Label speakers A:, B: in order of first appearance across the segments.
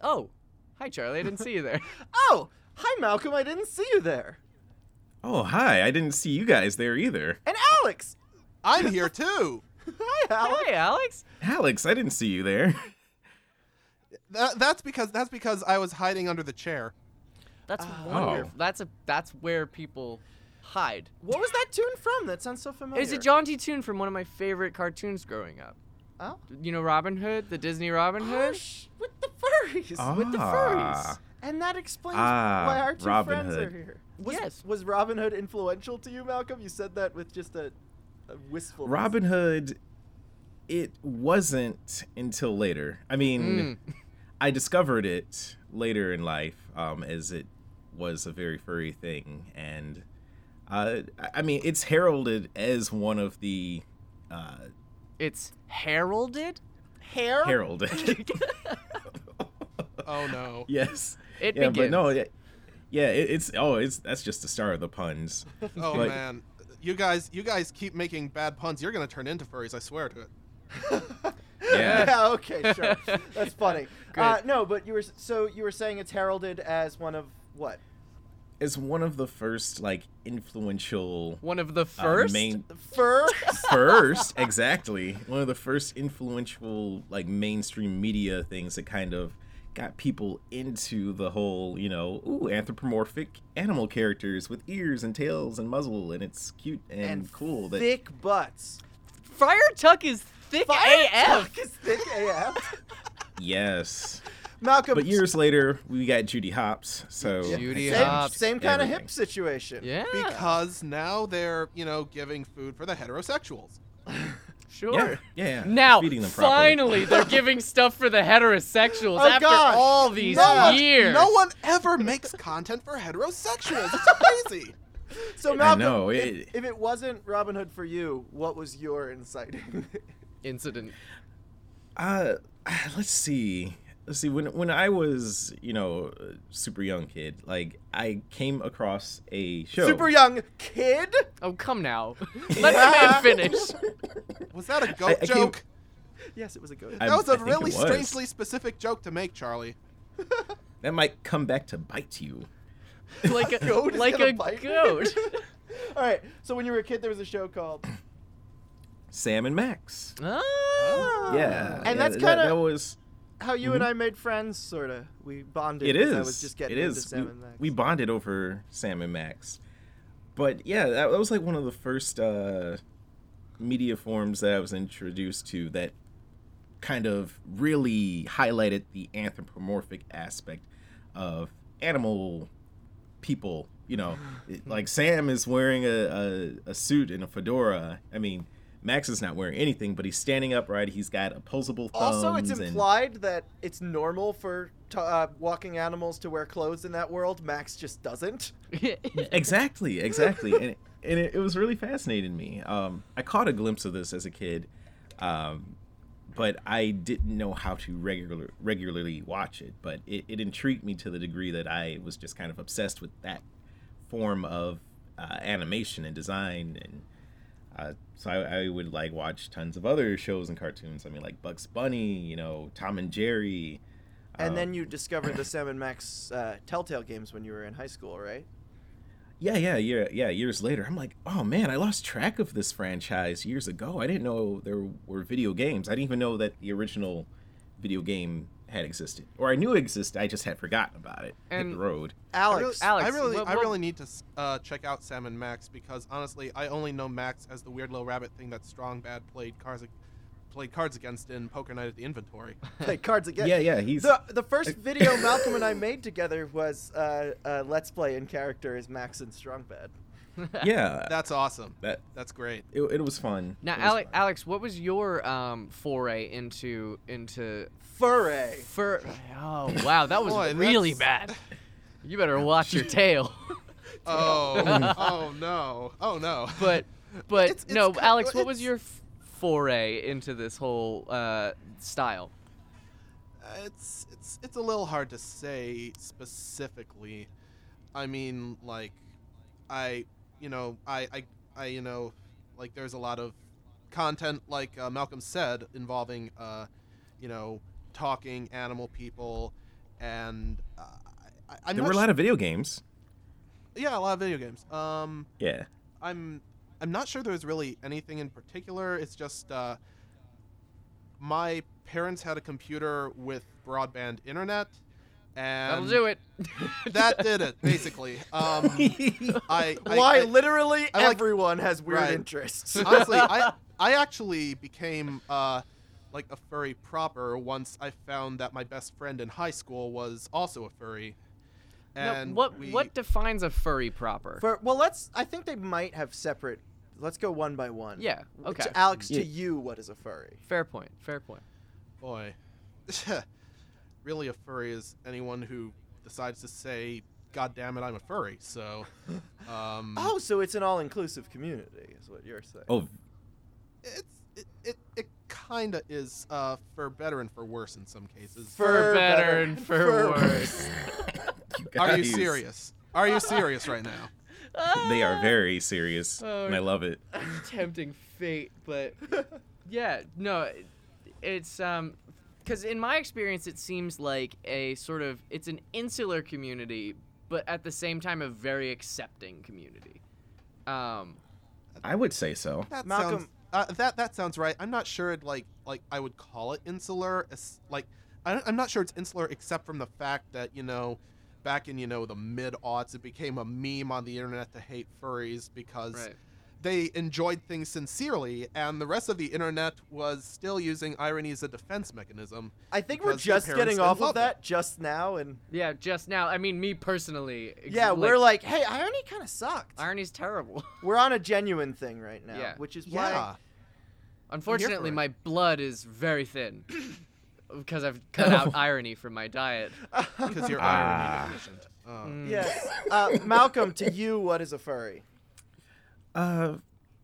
A: Oh, hi, Charlie. I didn't see you there.
B: Oh, hi, Malcolm. I didn't see you there.
C: Oh, hi. I didn't see you guys there either.
B: And Alex.
D: I'm here too.
B: Hi, Alex.
A: Hi, Alex.
C: Alex, I didn't see you there.
D: That, that's because that's because I was hiding under the chair.
A: That's
B: Oh.
A: wonderful. That's a that's where people hide.
B: What was that tune from? That sounds so familiar.
A: It's a jaunty tune from one of my favorite cartoons growing up.
B: Oh.
A: You know Robin Hood, the Disney Robin Hood.
B: Hush with the furries. With the furries.
C: Ah.
B: And that explains
C: Ah,
B: why our two
C: Robin
B: friends are
C: Hood.
B: here. Was,
A: Yes.
B: Was Robin Hood influential to you, Malcolm? You said that with just a, a wistful.
C: Robin Hood, it wasn't until later. I mean, I discovered it later in life um, as it was a very furry thing. And uh, I I mean, it's heralded as one of the uh,
A: It's heralded.
B: Hair?
C: heralded.
D: Oh no.
C: yes.
A: It
C: yeah, But
A: begins.
C: no, yeah, yeah it, it's, oh, it's that's just the star of the puns.
D: Oh
C: Like-
D: man. You guys, you guys keep making bad puns. You're gonna turn into furries. I swear to it.
C: Yeah.
B: yeah. Okay. Sure. That's funny.
A: Great.
B: uh, no, but you were s- so you were saying it's heralded as one of what?
C: It's one of the first, like, influential.
A: One of the
C: uh,
A: first.
C: main,
B: The fur.
C: first exactly one of the first influential like mainstream media things that kind of got people into the whole you know ooh anthropomorphic animal characters with ears and tails and muzzle and it's cute and, cool that
B: thick butts.
A: Friar Tuck is thick
B: Fire
A: AF.
B: Tuck is thick AF.
C: yes
B: Malcolm.
C: but years later we got judy hops so
A: Judy
B: same,
A: Hobbs.
B: same kind of
C: Everything.
B: hip situation.
A: Yeah.
D: Because now they're, you know, giving food for the heterosexuals.
A: sure.
C: yeah yeah
A: Now,
C: feeding them properly.
A: finally, they're giving stuff for the heterosexuals
B: Oh,
A: after
B: gosh.
A: all these
B: No one-
A: years.
D: No one ever makes content for heterosexuals. It's crazy.
B: So Malcolm,
C: know,
B: if,
C: it-
B: if it wasn't Robin Hood for you, what was your inciting?
A: incident.
C: Uh, let's see. Let's see. When when I was, you know, a super young kid, like I came across a show.
B: Super young kid.
A: Oh, come now. Let the man finish.
D: Was that a goat
C: I- I keep-
D: joke?
B: Yes, it was a good.
C: I-
D: That was
C: I
D: a
C: think it
D: really
C: was.
D: strangely specific joke to make, Charlie.
C: That might come back to bite you.
A: Like a,
B: Goat is
A: like
B: gonna
A: a
B: bite me.
A: goat.
B: All right. So when you were a kid, there was a show called,
C: Sam and Max.
A: Ah.
C: Yeah.
B: And
C: yeah,
B: that's
C: that-
B: kinda-
C: that was.
B: how you and I made friends, sorta. We bonded.
C: Mm-hmm. It
B: 'cause
C: is.
B: I was just getting
C: it
B: into
C: is.
B: Sam
C: we,
B: and Max.
C: we bonded over Sam and Max. But yeah, that, that was like one of the first uh, media forms that I was introduced to that kind of really highlighted the anthropomorphic aspect of animal people. You know, It- like Sam is wearing a, a, a suit and a fedora. I mean, Max is not wearing anything, but he's standing upright. He's got opposable thumbs.
B: also, it's
C: and-
B: implied that it's normal for t- uh, walking animals to wear clothes in that world. Max just doesn't.
C: exactly exactly and, and it, it was really fascinating to me um, i caught a glimpse of this as a kid um, but i didn't know how to regular, regularly watch it but it, it intrigued me to the degree that i was just kind of obsessed with that form of uh, animation and design and uh, so I, I would like watch tons of other shows and cartoons i mean like bugs bunny you know tom and jerry
B: And
C: um,
B: then you discovered the Sam and Max uh, Telltale games when you were in high school, right?
C: Yeah, yeah, yeah, yeah. Years later, I'm like, oh man, I lost track of this franchise years ago. I didn't know there were video games. I didn't even know that the original video game had existed, or I knew it existed. I just had forgotten about it. Hit
A: And-
C: the road.
B: Alex.
D: I really,
A: Alex,
D: I really,
A: what-
D: I
A: what-
D: really need to uh, check out Sam and Max because honestly, I only know Max as the weird little rabbit thing that Strong Bad played cards, played cards against in Poker Night at the Inventory.
B: play cards again.
C: Yeah, yeah. He's
B: The, the first video Malcolm and I made together was uh, uh, Let's Play in character as Max and Strongbad.
C: yeah.
D: That's awesome.
C: That
D: That's great.
C: it, it was fun.
A: Now,
C: It was
A: Alex,
C: fun.
A: Alex, what was your um, foray into into
B: Furry.
A: fur? Oh, wow, that was
D: Boy,
A: really
D: that's-
A: bad. You better watch your tail.
D: Oh, oh no, oh no.
A: But but
D: It's- it's
A: no,
D: co-
A: Alex, what was
D: it's-
A: your f- foray into this whole uh, style?
D: Uh, it's it's it's a little hard to say specifically. I mean, like, I you know I I, I you know like there's a lot of content like uh, Malcolm said involving uh, you know talking animal people and uh, I, I'm
C: there
D: not
C: were a lot of video games.
D: su- yeah, a lot of video games. Um,
C: Yeah.
D: I'm I'm not sure there's really anything in particular. It's just uh, my parents had a computer with broadband internet, and
A: That'll do it.
D: That did it basically. Um, I, I
B: Why
D: I-
B: literally
D: I like-
B: everyone has weird
D: Right.
B: interests.
D: honestly, I I actually became uh, like a furry proper once I found that my best friend in high school was also a furry.
A: Now,
D: And
A: what
D: we,
A: what defines a furry proper?
B: For, well, let's. I think they might have separate. Let's go one by one.
A: yeah. Okay.
B: To Alex,
C: Yeah.
B: to you, what is a furry?
A: fair point. Fair point.
D: boy, really a furry is anyone who decides to say, "God damn it, I'm a furry." So, um,
B: Oh, so it's an all-inclusive community, is what you're saying.
C: Mm-hmm. Oh,
D: it's it it, it kind of is uh, for better and for worse in some cases.
B: Fur
A: For better
B: better,
A: and for
B: fur
A: worse.
C: you
D: Are you
C: guys.
D: serious? Are you serious right now?
C: They are very serious,
A: Oh.
C: and I love it.
A: tempting fate, but yeah, no, it- it's um, because in my experience, it seems like a sort of it's an insular community, but at the same time, a very accepting community. Um,
C: I would say so.
D: That
B: Malcolm-
D: sounds uh, that that sounds right. I'm not sure it like like I would call it insular. As, like I don't, I'm not sure it's insular except from the fact that you know, back in you know the mid aughts, it became a meme on the internet to hate furries because
A: right.
D: they enjoyed things sincerely, and the rest of the internet was still using irony as a defense mechanism.
B: I think we're
D: Because your
B: just getting
D: parents
B: off
D: didn't
B: of
D: love
B: that just now, and
A: Yeah, just now. I mean, me personally. ex-
B: yeah, we're like, hey, irony kind of sucked.
A: irony's terrible.
B: We're on a genuine thing right now,
A: Yeah.
B: which is
D: Yeah,
B: why.
A: Unfortunately,
D: it.
A: my blood is very thin because I've cut out irony from my diet.
D: because you're
C: Ah.
D: irony deficient. Oh.
A: Mm.
B: Yes. Uh, Malcolm, to you, what is a furry?
C: Uh,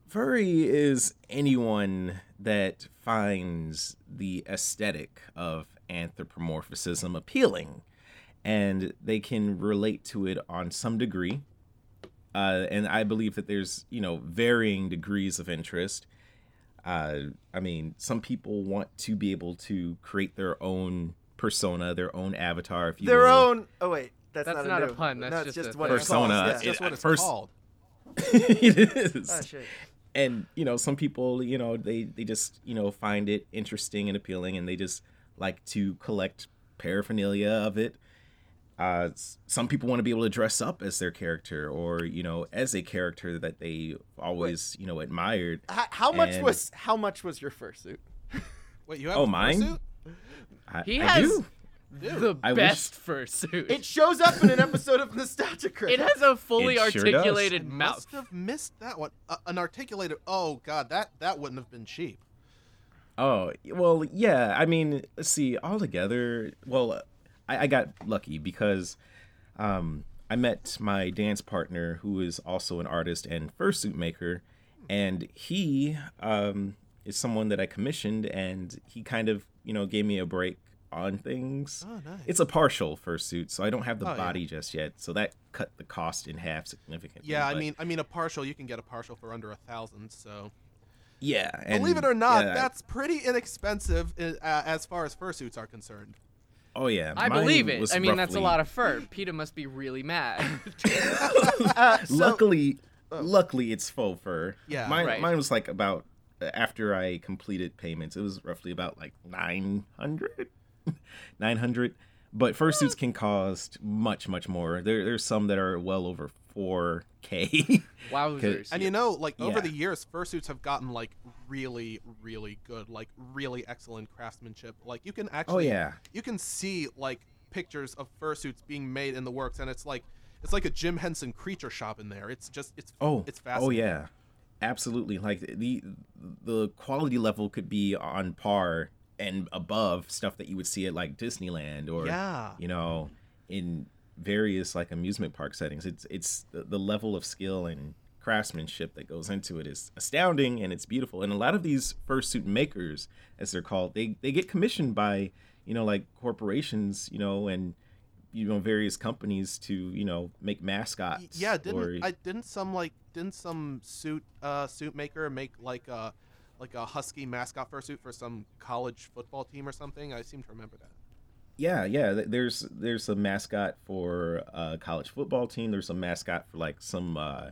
C: furry is anyone that finds the aesthetic of anthropomorphism appealing, and they can relate to it on some degree. Uh, and I believe that there's you know varying degrees of interest. Uh, I mean, some people want to be able to create their own persona, their own avatar, if you
B: Their
C: will.
B: own. Oh wait, that's,
A: That's
B: a
A: not a
B: new-
A: pun,
B: no,
A: that's
B: it's
A: just
B: just
A: a
B: what
C: persona.
B: It's called,
D: That's
B: yeah.
C: uh, It-
D: just what it's
C: first-
D: called.
C: it is.
B: Oh, shit.
C: and you know some people you know they they just you know find it interesting and appealing and they just like to collect paraphernalia of it uh s- some people want to be able to dress up as their character or you know as a character that they always you know admired
B: How, how much
C: And-
B: was how much was your fursuit?
D: Wait, you have
C: Oh,
D: a
C: mine?
D: fursuit?
C: I,
A: He
C: I
A: has-
C: do.
A: The
C: I wish-
A: best fursuit.
B: It shows up in an episode of Nostalgia
A: It
B: Critic.
A: has a fully
C: It sure does.
A: articulated
D: I
A: mouth.
D: Must have missed that one. Uh, an articulated. Oh God, that that wouldn't have been cheap.
C: oh well yeah i mean let's see all together well I, I got lucky because um, I met my dance partner, who is also an artist and fursuit maker, and he um, is someone that I commissioned, and he kind of you know gave me a break on things.
D: Oh, nice.
C: It's a partial fursuit, so I don't have the
D: Oh, yeah.
C: body just yet, so that cut the cost in half significantly.
D: Yeah, I
C: but-
D: mean, I mean, a partial. You can get a partial for under a thousand. So
C: yeah, and-
D: believe it or not,
C: yeah, I-
D: that's pretty inexpensive uh, uh, as far as fursuits are concerned.
C: oh yeah,
A: I
C: mine
A: believe it.
C: was
A: I mean, that's a
C: roughly-
A: lot of fur. PETA must be really mad.
B: Uh, so-
C: luckily, luckily it's faux fur.
D: oh. Yeah.
C: mine,
A: Right.
C: mine was like about uh, after I completed payments, it was roughly about like 900 900 but fursuits can cost much much more there, there's some that are well over 4k
A: Wowzers.
D: And you know, like over
C: Yeah.
D: the years, fursuits have gotten like really, really good, like really excellent craftsmanship. Like you can actually,
C: Oh, yeah.
D: you can see like pictures of fursuits being made in the works, and it's like, it's like a Jim Henson creature shop in there. It's just, it's,
C: oh
D: it's
C: oh
D: fascinating.
C: yeah absolutely like the the quality level could be on par and above stuff that you would see at like disneyland or
D: Yeah.
C: you know in various like amusement park settings it's it's the, the level of skill and craftsmanship that goes into it is astounding and it's beautiful and a lot of these fursuit makers as they're called they they get commissioned by you know like corporations you know and you know various companies to you know make mascots
D: Y- Yeah, didn't
C: or-
D: I didn't some like didn't some suit uh suit maker make like a like a husky mascot fursuit for some college football team or something? I seem to remember that.
C: yeah, yeah. th- There's there's a mascot for a college football team. There's a mascot for like some uh,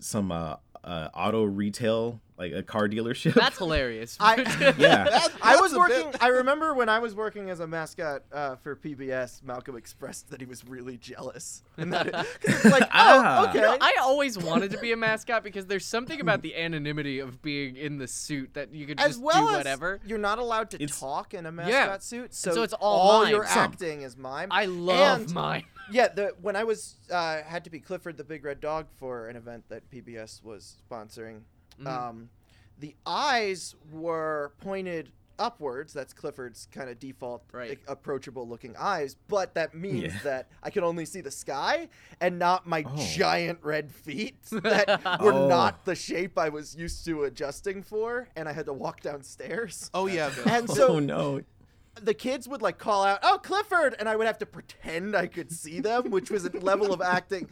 C: some uh, uh, auto retail, like a car dealership.
A: That's hilarious.
B: I-
C: yeah.
D: That-
B: I
D: that's
B: was
D: a
B: working.
D: bit-
B: I remember when I was working as a mascot uh, for PBS. Malcolm expressed that he was really jealous, and that it, 'cause it's like, oh,
C: Ah.
B: okay.
A: No, I always wanted to be a mascot because there's something about the anonymity of being in the suit that you could
B: as
A: just
B: well
A: do
B: as
A: whatever.
B: you're not allowed to
C: It's-
B: talk in a mascot
A: Yeah.
B: suit, so,
A: so it's all mime.
B: your
C: Some.
B: acting is mime.
A: I love
B: And-
A: mine.
B: yeah, the when I was uh, had to be Clifford the Big Red Dog for an event that PBS was sponsoring.
C: Mm-hmm.
A: Mhm.
B: Um, the eyes were pointed upwards. That's Clifford's kind of default
A: Right.
B: like, approachable looking eyes, but that means
C: Yeah.
B: that I could only see the sky and not my
C: Oh.
B: giant red feet that were
C: Oh.
B: not the shape I was used to adjusting for, and I had to walk downstairs.
D: Oh yeah. Bill.
B: And so
C: oh no.
B: the kids would like call out, "Oh, Clifford," and I would have to pretend I could see them, which was a level of acting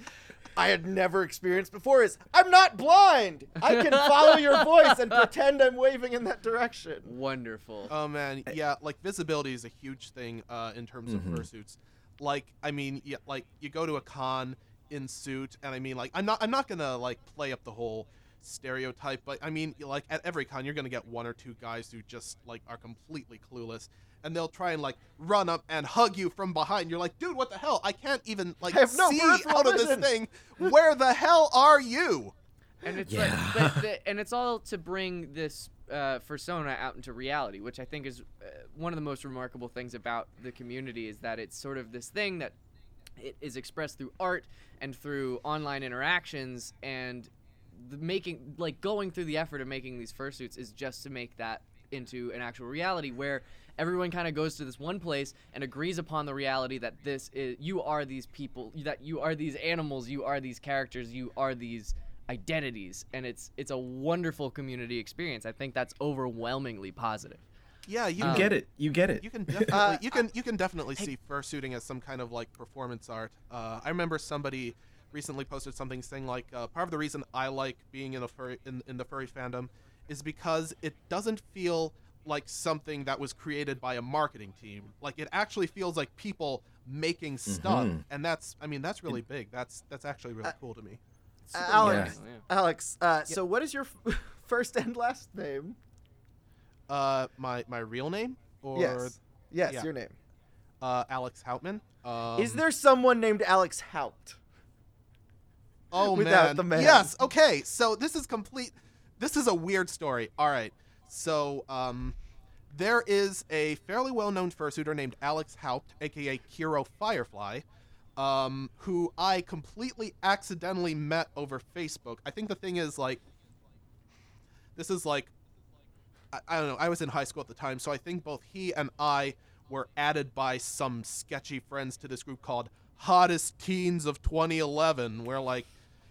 B: I had never experienced before. Is I'm not blind. I can follow your voice and pretend I'm waving in that direction.
A: Wonderful.
D: Oh man,
B: Eh.
D: yeah, like visibility is a huge thing uh, in terms
B: Mm-hmm.
C: Mhm.
D: of fursuits. Like, I mean, yeah, like you go to a con in suit, and I mean, like, I'm not, I'm not gonna like play up the whole stereotype, but I mean, like at every con, you're gonna get one or two guys who just like are completely clueless, and they'll try and like run up and hug you from behind. You're like, dude, what the hell? I can't even like
B: I have no
D: see
B: peripheral
D: out of this
B: vision."
D: thing. Where the hell are you?
A: and it's
C: Yeah.
A: like, but the, and it's all to bring this uh, persona out into reality, which I think is uh, one of the most remarkable things about the community is that it's sort of this thing that it is expressed through art and through online interactions and the making like going through the effort of making these fursuits is just to make that into an actual reality where everyone kind of goes to this one place and agrees upon the reality that this is you are these people that you are these animals you are these characters you are these identities and it's it's a wonderful community experience i think that's overwhelmingly positive
D: Yeah, you
C: You
A: Um,
D: can-
C: get it. You get it.
D: You can definitely
B: Uh,
D: you can you can definitely see fursuiting as some kind of like performance art. Uh, I remember somebody recently posted something saying like uh, part of the reason I like being in a furry in, in the furry fandom is because it doesn't feel like something that was created by a marketing team. Like it actually feels like people making stuff,
C: Mhm.
D: and that's I mean that's really big. That's that's actually
B: Uh,
D: really cool to me.
A: Super
B: Alex.
A: wonderful, yeah.
B: Alex, uh, so what is your f- first and last name?
D: Uh, my my real name or
B: yes, yes,
D: yeah.
B: your name.
D: uh, Alex Houtman. Um,
B: is there someone named Alex Haupt?
D: Oh
B: without
D: man.
B: the man.
D: Yes. Okay. So this is complete. This is a weird story. All right. So um, there is a fairly well-known fursuiter named Alex Haupt, aka Kiro Firefly, um, who I completely accidentally met over Facebook. I think the thing is like, this is like, I, I don't know. I was in high school at the time, so I think both he and I were added by some sketchy friends to this group called Hottest Teens of 2011, where like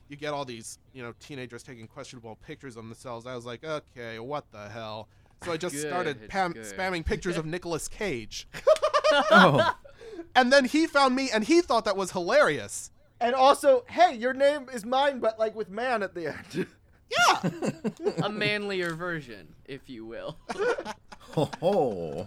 D: you get all these you know teenagers taking questionable pictures of themselves. I was like, okay, what the hell? So I just started
A: Good,
D: pam-
A: good.
D: spamming pictures of Nicolas Cage,
C: oh.
D: and then he found me, and he thought that was hilarious.
B: And also, hey, your name is mine, but like with man at the end.
D: Yeah.
A: a manlier version if you will
C: oh.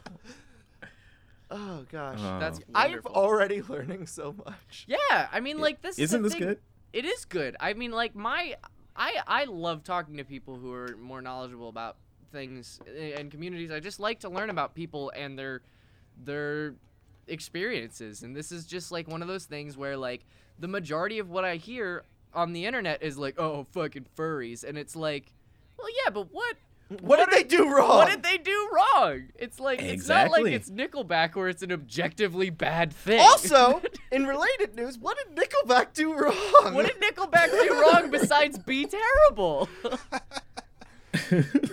B: oh gosh,
C: Uh,
A: that's
B: I'm
A: wonderful.
B: already learning so much.
A: Yeah, I mean, like this. is the
C: Isn't this
A: thing-
C: good?
A: It is good. I mean, like my, I I love talking to people who are more knowledgeable about things and communities. I just like to learn about people and their their experiences, and this is just like one of those things where like the majority of what I hear on the internet is like, oh fucking furries, and it's like, well yeah, but what
B: What, did they do wrong?
A: what did they do wrong? It's like it's not like
C: Exactly.
A: it's Nickelback where it's an objectively bad thing.
B: Also, in related news, what did Nickelback do wrong?
A: What did Nickelback do wrong besides be terrible?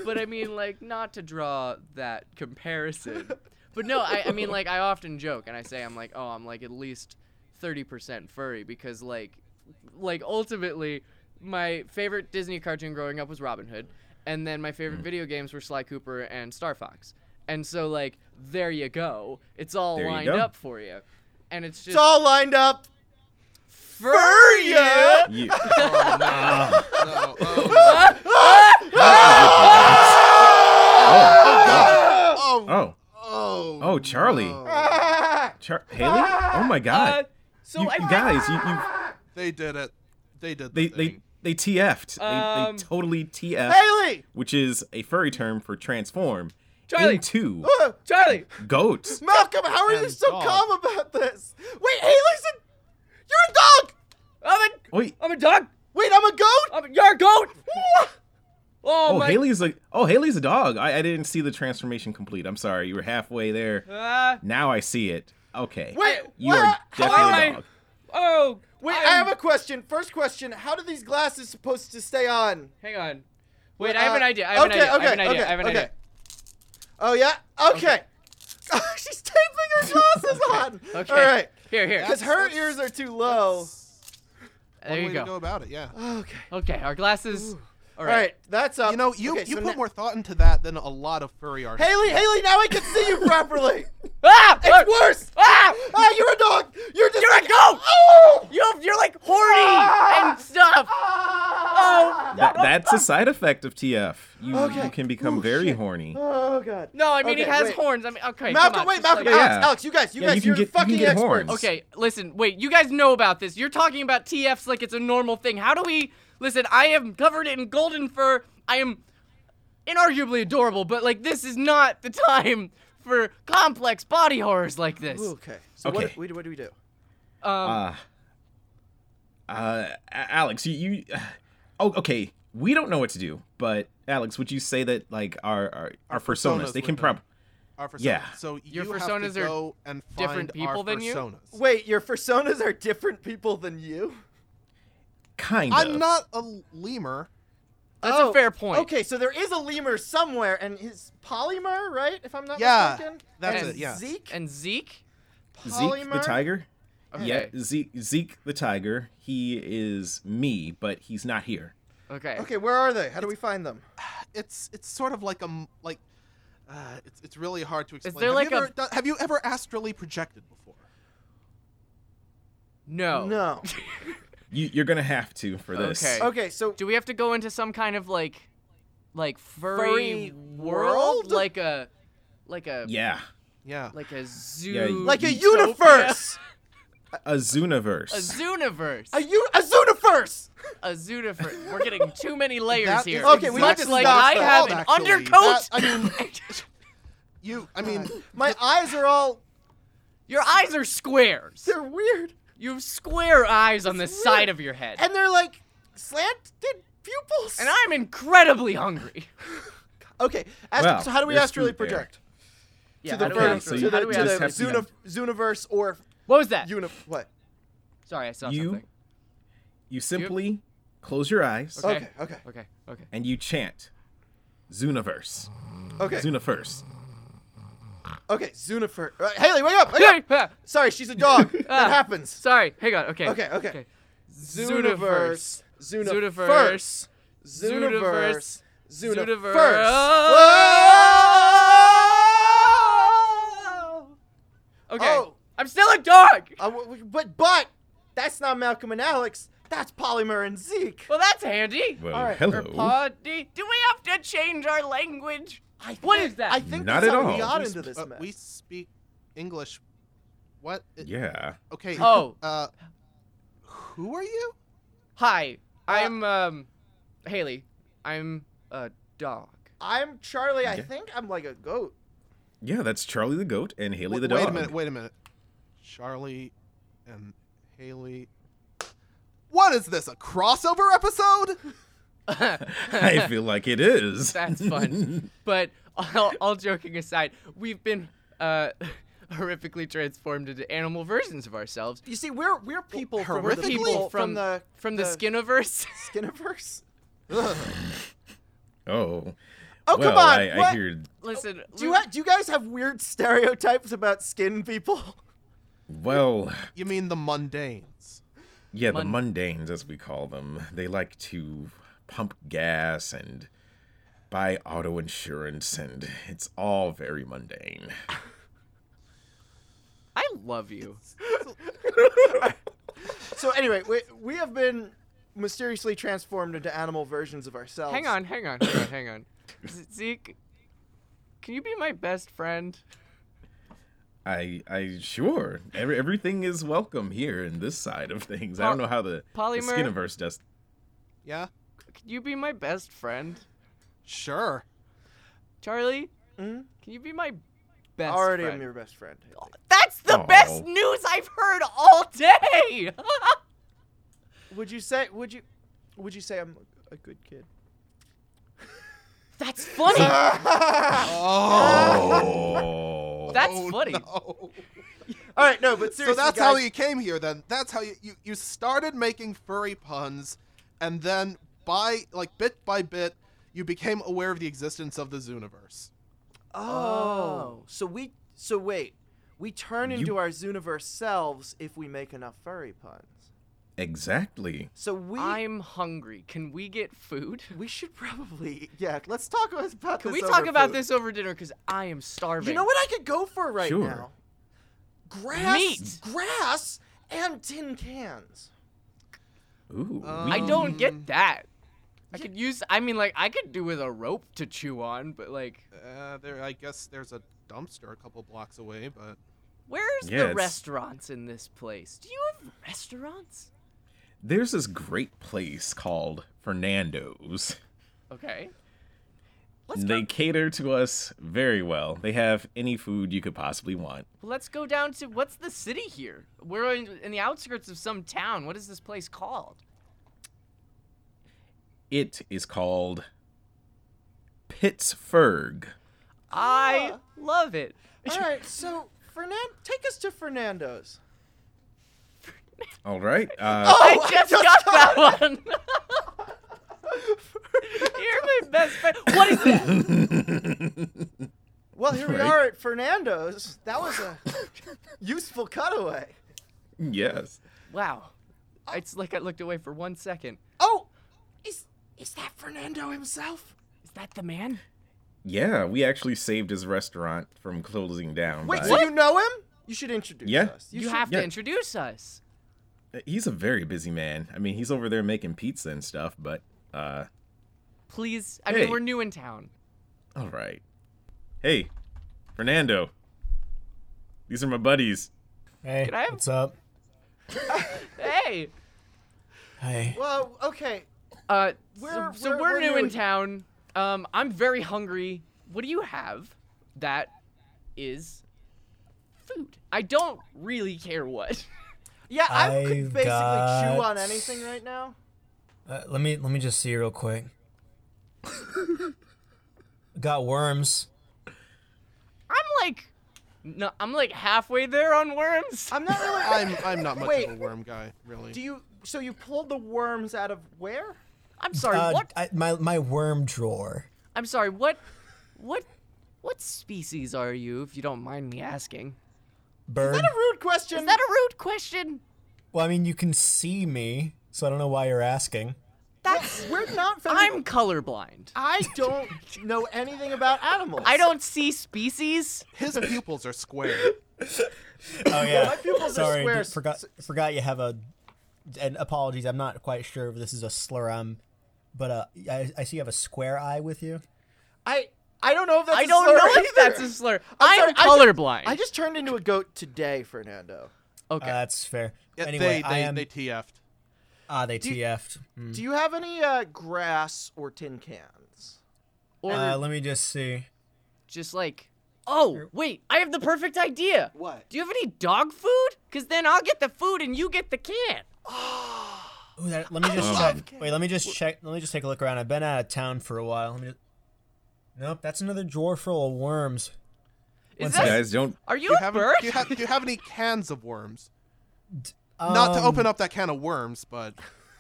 A: but I mean, like, not to draw that comparison. But no, I, I mean, like, I often joke and I say, I'm like, oh, I'm like at least 30% furry because, like, like ultimately, my favorite Disney cartoon growing up was Robin Hood, and then my
C: Hmm.
A: favorite video games were Sly Cooper and Star Fox. And so, like, there you go. It's all
C: There you
A: lined
C: go.
A: up for you. And it's
B: it's
A: just
B: all lined up.
A: fur
B: ya!
C: You.
D: Oh,
C: Ah.
D: no, no,
C: Oh.
D: oh, oh,
C: Oh.
D: oh,
C: Oh, Charlie.
D: no.
B: Ah!
C: Char- Haley? Oh my god.
A: Uh, so
C: you,
A: I
C: you guys, you, you
D: They did it. They did.
C: they
D: The
C: they
D: thing.
C: they TF'd. they,
A: Um,
C: they totally TF,
B: Haley!
C: which is a furry term for transform
A: Charlie. Ah!
C: into
B: Uh,
A: Charlie.
C: goats.
B: Malcolm, how are you
D: And
B: so
D: dog.
B: calm about this? Wait, Haley's a. You're a dog!
A: I'm a
C: Wait.
A: I'm a dog.
B: Wait, I'm a goat?
A: I'm a, you're a goat. Oh,
C: Oh,
A: my.
C: Haley's a oh Haley's a dog. I, I didn't see the transformation complete. I'm sorry. You were halfway there.
A: Uh,
C: Now I see it. Okay.
B: Wait,
C: you are
B: what?
C: definitely a
A: Hi.
C: dog.
A: oh.
B: Wait,
A: I'm-
B: I have a question. First question How do these glasses supposed to stay on?
A: Hang on. Wait,
B: Uh,
A: I have an idea. I have
B: okay,
A: an idea.
B: okay,
A: I have an idea.
B: okay,
A: I have an
B: okay.
A: idea.
B: Oh, yeah? Okay. Oh, She's taping her glasses on.
A: Okay.
B: All right.
A: Here, here.
B: Because her
D: That's-
B: ears are too low.
A: There
D: One
A: you
D: way
A: go.
D: To go about it. Yeah.
B: Okay.
A: Okay, our glasses. All
B: All
A: right.
B: right. That's up.
D: You know, you
B: Okay,
D: you
B: so
D: put
B: na-
D: more thought into that than a lot of furry artists.
B: Haley, Haley, now I can see you properly.
A: Ah!
B: It's worse.
A: Ah!
B: Ah, you're a dog. You're just
A: You're a
B: like,
A: goat!
B: Oh!
A: You, you're like horny
B: Ah!
A: and stuff. Oh.
B: Ah!
C: That, that's a side effect of TF. You,
B: Okay.
C: you can become
B: Ooh,
C: very
B: shit.
C: horny.
B: Oh god.
A: No, I mean he
B: Okay,
A: has
B: wait.
A: horns. I mean, okay. come
B: Malcolm,
A: on,
B: wait,
A: just
B: Malcolm,
A: like-
C: Yeah,
B: Alex, Alex, you guys, you
C: Yeah,
B: guys,
C: you can
B: are
C: get- you can
B: fucking
C: get
B: experts.
C: horns.
A: Okay, listen, wait. You guys know about this. You're talking about TFs like it's a normal thing. How do we? Listen, I am covered in golden fur. I am inarguably adorable, but like this is not the time for complex body horrors like this.
B: Ooh,
A: Um,
B: Oh, okay. So what,
C: Okay.
B: what, do- what do we do?
C: Uh, uh, A- Alex, you, you. Oh, okay. We don't know what to do, but Alex, would you say that like our our, our personas,
D: personas
C: they
D: would
C: can
D: know.
C: prob
D: Our personas.
C: Yeah.
D: So
A: Your
D: you have
A: personas
D: to
A: are
D: go and find
A: different people
D: our
A: than you?
D: personas.
B: Wait, your personas are different people than you.
C: kind of.
D: I'm not a lemur.
A: That's a fair point.
B: oh, Okay, so there is a lemur somewhere, and his polymer, right? If I'm not
D: Yeah,
B: mistaken.
D: that's
B: and
A: it,
D: yeah.
B: Zeke.
A: and Zeke.
C: Zeke the
B: polymer?
C: tiger.
A: Okay.
C: Yeah, Zeke Zeke the tiger. He is me, but he's not here.
A: Okay.
B: Okay, where are they? How do we find them?
D: It's it's sort of like a m- like. Uh, it's it's really hard to explain.
A: there
D: have,
A: like
D: you
A: a-
D: ever, done- have you ever astrally projected before?
A: No.
B: No.
C: You, you're gonna have to for this.
A: Okay.
B: Okay, so
A: Do we have to go into some kind of like, like furry,
B: Furry
A: world?
B: world?
A: Like a, like a,
C: Yeah,
D: Yeah.
A: like a zoo.
C: Yeah, you-
B: like a
A: utopia?
B: universe,
C: a
A: A
C: Zooniverse.
A: zooniverse.
B: a u- a zooniverse.
A: A zooniverse. We're getting too many layers
D: That
A: here.
D: is
B: Okay, we
A: Much
B: need to
A: like
B: stop
A: I
B: that.
A: have an
D: Actually,
A: undercoat.
D: that- I mean- You. I mean,
B: My eyes are all
A: your eyes are squares.
B: they're weird,
A: You have square eyes on the
B: It's
A: side
B: weird.
A: of your head.
B: and they're like slanted pupils.
A: And I'm incredibly hungry.
B: okay. Ast-
C: Wow,
B: so how do we
C: there's
B: astrally
C: food there.
B: project?
A: Yeah,
B: to
A: how do
B: the
A: we
C: furry-
B: first,
A: act-
C: so
B: to
A: how
C: you
B: the,
A: do we
B: to
C: just
B: the
A: act-
C: have to
B: Zoonif- Zooniverse or
A: What was that?
B: uni- what?
A: Sorry, I saw
C: You
A: something.
C: you simply close your eyes
A: Okay.
B: Okay, okay,
A: Okay, okay.
C: and you chant Zooniverse.
B: okay,
C: Zooniverse.
B: okay. Zooniverse. Uh, Haley, wake up! Wake up!
A: Ah,
B: Sorry, she's a dog.
A: Ah.
B: that happens.
A: Sorry, hang on. Okay.
B: Okay, okay.
A: Zooniverse. Zooniverse.
B: Zooniverse. Zooniverse.
A: Zooniverse.
B: Zooniverse. Whoa!
A: Okay.
B: Oh.
A: I'm still a dog.
B: Uh, w- w- but but that's not Malcolm and Alex. That's Polymer and Zeke.
A: Well, that's handy.
C: Well,
B: All right,
C: hello.
A: Party. Do we have to change our language?
B: I
A: What
B: think-
A: is that?
B: I think
C: Not
B: that's
C: at
B: how we
C: all.
B: got
D: we
B: into
D: sp-
B: this
D: uh,
B: mess.
D: we speak English. What? It-
C: yeah.
D: Okay.
A: Oh.
D: Uh, who are you?
A: Hi,
B: Uh,
A: I'm um, Haley. I'm a dog.
B: I'm Charlie. I
C: Yeah.
B: think I'm like a goat.
C: Yeah, that's Charlie the goat and Haley the
D: Wait-
C: dog.
D: Wait a minute. Wait a minute. Charlie and Haley. What is this? A crossover episode?
C: I feel like it is.
A: That's fun. but all, all joking aside, we've been uh, horrifically transformed into animal versions of ourselves
B: You see, we're we're people from the
D: horrifically?
B: people
A: People
B: from
A: from-
B: the
A: from the, Skiniverse.
B: Skiniverse.
C: oh.
B: Oh
C: well,
B: come on!
C: I,
B: what?
C: I hear.
A: Listen,
B: do you
A: we-
B: ha- do you guys have weird stereotypes about skin people?
C: Well,
D: You mean the mundanes?
C: yeah, the mundanes, as we call them, they like to pump gas and buy auto insurance, and it's all very mundane.
A: I love you.
B: so anyway, we we have been mysteriously transformed into animal versions of ourselves.
A: Hang on, hang on, hang on, hang on. Z- Zeke, can you be my best friend?
C: I I sure Every, everything is welcome here in this side of things. I don't know how the, the
A: Polymer,
C: Skinniverse does.
D: Yeah,
A: can you be my best friend?
D: sure.
A: Charlie,
B: Mhm.
A: can you be my best
B: Already,
A: friend?
B: I'm your best friend.
A: That's the
C: Aw.
A: best news I've heard all day.
B: Would you say? Would you? Would you say I'm a good kid?
A: That's funny.
D: Oh,
C: Oh,
A: That's funny.
D: no.
B: All right, no, but
D: So
B: seriously,
D: that's
B: guys,
D: how you came here then. That's how you, you you started making furry puns and then by like bit by bit you became aware of the existence of the Zooniverse.
B: Oh, so we. So wait, we turn
C: You-
B: into our Zooniverse selves if we make enough furry puns.
C: exactly.
B: So we.
A: I'm hungry. Can we get food?
B: We should probably. Yeah, let's talk about this.
A: Can we
B: over
A: talk about
B: food.
A: this over dinner? Because I am starving.
B: You know what I could go for right
C: Sure.
B: now? Grass,
A: Meat.
B: grass, and tin cans.
C: Ooh,
A: Uh, I
D: Um,
A: don't
B: Mm.
A: get that. I could use. I mean, like, I could do with a rope to chew on, but like,
D: Uh, there I guess there's a dumpster a couple blocks away, but
A: where's
C: Yeah,
A: the
C: it's-
A: restaurants in this place? Do you have restaurants?
C: there's this great place called Fernando's.
A: Okay.
C: They cater to us very well. They have any food you could possibly want.
A: Well, let's go down to what's the city here? We're in, in the outskirts of some town. What is this place called?
C: It is called Pittsburgh.
A: I
B: Ah.
A: love it.
B: All right, so Fernand, take us to Fernando's.
C: All right. Uh,
A: Oh, I
B: Oh,
A: just, got, that one. You're my best friend. What is this?
B: Well, here we
C: Right.
B: are at Fernando's. That was a useful cutaway.
C: yes.
A: Wow. It's like I looked away for one second.
B: Oh, is is that Fernando himself?
A: Is that the man?
C: Yeah, we actually saved his restaurant from closing down.
B: Wait,
C: by-
B: so you know him? You should introduce
C: Yeah.
B: us.
A: You,
B: should-
A: have
C: yeah.
A: to introduce us.
C: He's a very busy man. I mean, he's over there making pizza and stuff, but uh
A: Please. I
C: Hey.
A: mean, we're new in town.
C: all right. Hey, Fernando. These are my buddies.
E: Hey,
A: Can I have-
E: what's up?
A: Hey.
E: Hey.
B: Well, okay.
A: Uh,
B: We're-
A: so, so
B: we're-
A: we're,
B: we're
A: new,
B: new
A: in
B: here.
A: town. Um, I'm very hungry. What do you have that is food? I don't really care what.
B: Yeah, I could
E: I've
B: basically chew
E: got-
B: on anything right now.
E: Uh, let me let me just see real quick. Got worms.
A: I'm like, no, I'm like halfway there on worms.
B: I'm not really.
D: I'm I'm not much
B: Wait.
D: of a worm guy, really.
B: Do you? So you pulled the worms out of where?
A: I'm sorry.
E: Uh,
A: what?
E: I, my my worm drawer.
A: I'm sorry. What? What? What species are you, if you don't mind me asking?
E: Bird.
B: Is that a rude question?
A: Is that a rude question?
E: well, I mean, you can see me, so I don't know why you're asking.
A: That's.
B: We're not. Femi-
A: I'm colorblind.
B: I don't know anything about animals.
A: I don't see species.
D: His pupils are square.
E: Oh yeah.
B: My pupils are
E: Sorry, d-
B: square.
E: forgot forgot you have a. And apologies, I'm not quite sure if this is a slur. Um, but uh, I, I see you have a square eye with you.
B: I I don't know if that's.
A: I
B: a
A: don't
B: slur
A: know if
B: either.
A: that's a slur.
B: I'm
A: I'm,
B: sorry, I just-
A: colorblind.
B: I just turned into a goat today, Fernando.
A: okay.
E: Uh, that's fair.
D: Yeah,
E: anyway,
D: they they,
E: I am.
D: they TF'd.
E: Ah, they
B: you-
E: TF'd. Mm.
B: Do you have any uh, grass or tin cans?
A: or
E: Uh, let me just see.
A: just like, oh wait, I have the perfect idea.
B: What?
A: Do you have any dog food? Cause then I'll get the food and you get the can.
E: Ooh, that, let me
B: Oh,
E: just
C: love
E: check. Wait, let me just check. Let me just take a look around. I've been out of town for a while. Let me just... Nope, that's another drawer full of worms.
A: Is
E: Yes.
A: that,
C: Guys, don't
A: are you,
D: Do you,
A: a
D: have,
A: bird?
D: do, you have, do you have any cans of worms? Not to
E: Um,
D: open up that can of worms, but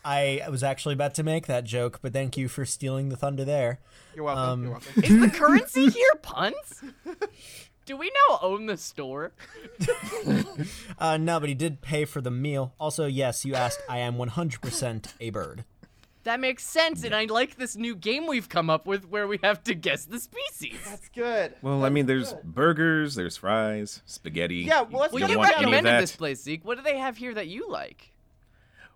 E: I was actually about to make that joke, but thank you for stealing the thunder there.
D: you're welcome.
E: Um,
D: you're welcome.
A: Is the currency here puns? Do we now own the store?
E: Uh, no, but he did pay for the meal. Also, yes, you asked. I am 100% a bird.
A: That makes sense, and I like this new game we've come up with where we have to guess the species.
B: That's good.
C: Well, I mean, there's burgers, there's fries, spaghetti.
B: Yeah, well, let's
A: Well,
B: go
C: you don't
A: you
B: down
C: want
B: to
C: any of
A: recommended
C: that.
A: this place, Zeke. What do they have here that you like?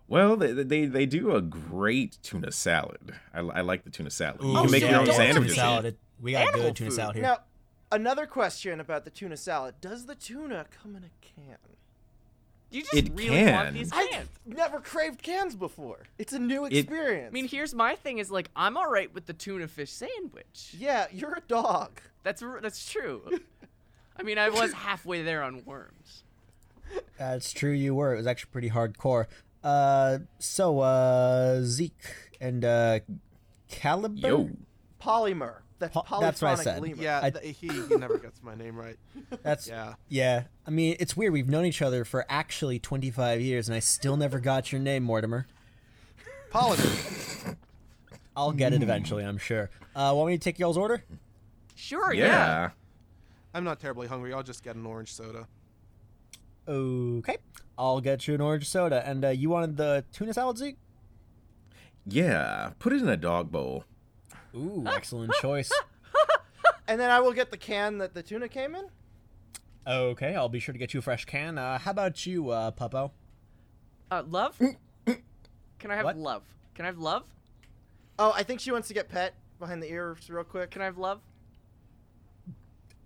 C: Well, they, they they do a great tuna salad. I, I like the tuna salad.
E: Ooh,
C: you can make
A: so
C: your
A: you
C: own
A: don't have
C: sandwiches.
A: to-
E: Oh, Salad. We got
A: Animal
E: good tuna
A: food.
E: salad here.
B: Now, Another question about the tuna salad: Does the tuna come in a can?
A: You just
C: It
A: really want
C: can.
A: these
B: I've
A: cans.
B: never craved cans before. It's a new
C: It-
A: I
B: experience.
A: mean, here's my thing: is like I'm all right with the tuna fish sandwich.
B: yeah, you're a dog.
A: That's r- that's true. I mean, I was halfway there on worms.
E: That's true. You were. It was actually pretty hardcore. Uh, so uh, Zeke and uh, Caliber.
C: Yo.
B: Polymer. That's
E: Po-
B: polyphonic
E: that's what I said.
B: lemur.
D: Yeah,
E: I-
D: th- he, he never gets my name right.
E: That's yeah.
D: Yeah.
E: I mean, it's weird. We've known each other for actually 25 years, and I still never got your name, Mortimer.
D: Polymer.
E: I'll get it eventually, I'm sure. Uh, want me to take y'all's order?
A: Sure, yeah.
C: Yeah.
D: I'm not terribly hungry. I'll just get an orange soda.
E: Okay. I'll get you an orange soda. And uh, you wanted the tuna salad, Zeke?
C: Yeah. Put it in a dog bowl.
E: Ooh, excellent choice.
B: And then I will get the can that the tuna came in.
E: Okay, I'll be sure to get you a fresh can. Uh, how about you, uh, Puppo?
A: Uh, love? Can I have
E: What?
A: love? Can I have love?
B: Oh, I think she wants to get pet behind the ears real quick.
A: Can I have love?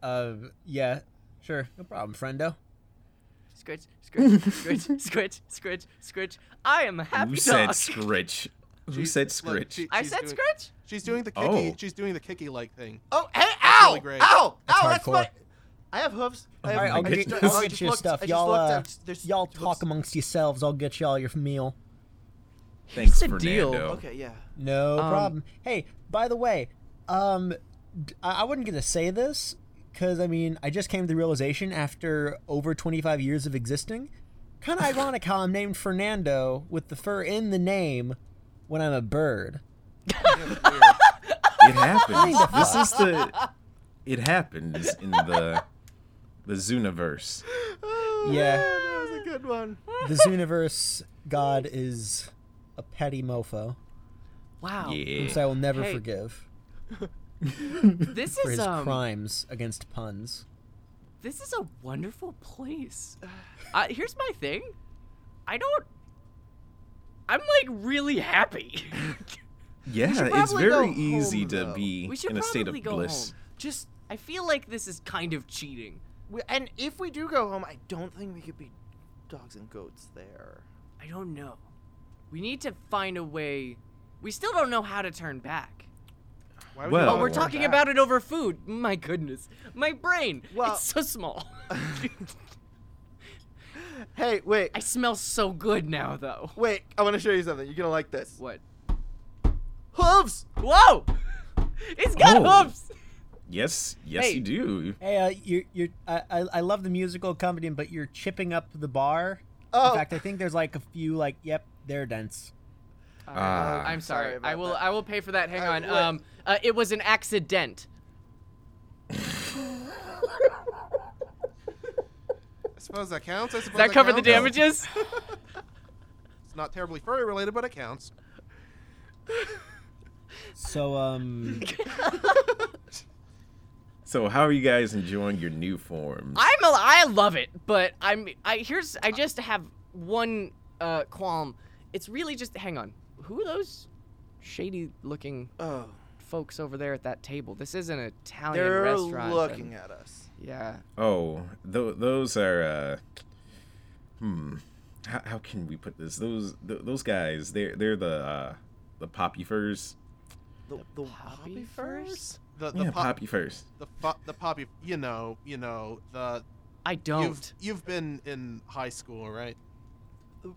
E: Uh, yeah, sure, no problem, friendo.
A: Scritch, scritch, scritch, scritch, scritch, scritch. I am a happy
C: Who
A: dog.
C: said scritch? Who
D: She's-
C: said
D: look,
C: scritch?
D: she-
A: I
D: she's
A: said
D: doing-
A: scritch.
D: She's doing the
C: Oh.
D: kicky. She's doing the kicky like thing.
B: Oh, hey, ow!
D: really great.
B: Ow!
E: That's
B: ow, that's
E: hardcore.
B: my... I have hooves. I have,
E: All right, I'll
B: I
E: get,
B: just-
E: I'll
B: I
E: get
B: just
E: you
B: looked-
E: stuff.
B: I just
E: Y'all,
B: looked
E: uh,
B: out. There's
E: y'all
B: hooves.
E: talk amongst yourselves. I'll get y'all your meal.
C: Thanks,
A: the deal?
C: Fernando.
B: Okay, yeah.
E: No
A: Um,
E: problem. Hey, by the way, um, d- I I wasn't gonna say this because I mean I just came to the realization after over 25 years of existing. Kind of ironic how I'm named Fernando with the fur in the name when I'm a bird.
C: It happens. this is the. It happens in the the Zooniverse.
E: Yeah,
B: That was a good one.
E: the Zooniverse god is a petty mofo,
A: Wow.
E: which
C: Yeah.
E: I will never
A: Hey.
E: forgive
A: This
E: for
A: is
E: his
A: um,
E: crimes against puns.
A: this is a wonderful place. Uh, here's my thing. I don't. I'm like really happy.
C: Yeah, it's
B: probably
C: very
B: go
C: easy
B: home,
C: to
B: though.
C: be
A: we should
C: in a state of
A: probably go
C: bliss.
A: home.
B: Just,
A: I feel like this is kind of cheating.
B: we, and if we do go home, I don't think we could be dogs and goats there.
A: I don't know. We need to find a way. We still don't know how to turn back.
D: Why would
C: Well-
A: Oh,
D: you
A: we're
D: want
C: Oh, we're
A: talking
B: back.
A: about it over food. My goodness. My brain.
B: Well-
A: it's so small.
B: Hey, wait,
A: I smell so good now, though.
B: wait. I want to show you something. You're gonna like this.
A: What?
B: Hooves.
A: Whoa! It's got
C: Oh.
A: hooves!
C: Yes, yes,
A: Hey.
C: you do.
E: Hey, uh, you're, you're, I, I I love the musical accompaniment, but you're chipping up the bar.
B: Oh.
E: In fact, I think there's like a few, like, yep, they're dense.
A: All right,
E: Uh,
C: Ah.
A: Oh, I'm sorry.
B: Sorry about
A: I will.
B: that.
A: I will pay for that. Hang
B: Uh,
A: on.
B: wait.
A: Um, uh, it was an accident.
D: I suppose that counts. I suppose
A: Does that cover the
D: counts.
A: damages?
D: It's not terribly furry related, but it counts.
E: So, um,
C: So, how are you guys enjoying your new forms?
A: I'm. A, I love it, but I'm. I here's. I just have one uh, qualm. It's really just. Hang on. Who are those shady-looking
B: Oh,
A: folks over there at that table? This isn't an Italian
B: they're
A: restaurant.
B: looking
A: and-
B: at us.
A: Yeah.
C: Oh, th- those are. Uh, hmm. How, how can we put this? Those th- those guys. They're they're the uh, the poppy furs.
B: The, the
A: poppy
B: poppy
A: furs?
B: furs?
D: The the
C: Yeah,
D: pop,
C: poppy furs.
D: the fo- the poppy. You know, you know the.
A: I don't.
D: You've you've been in high school, right?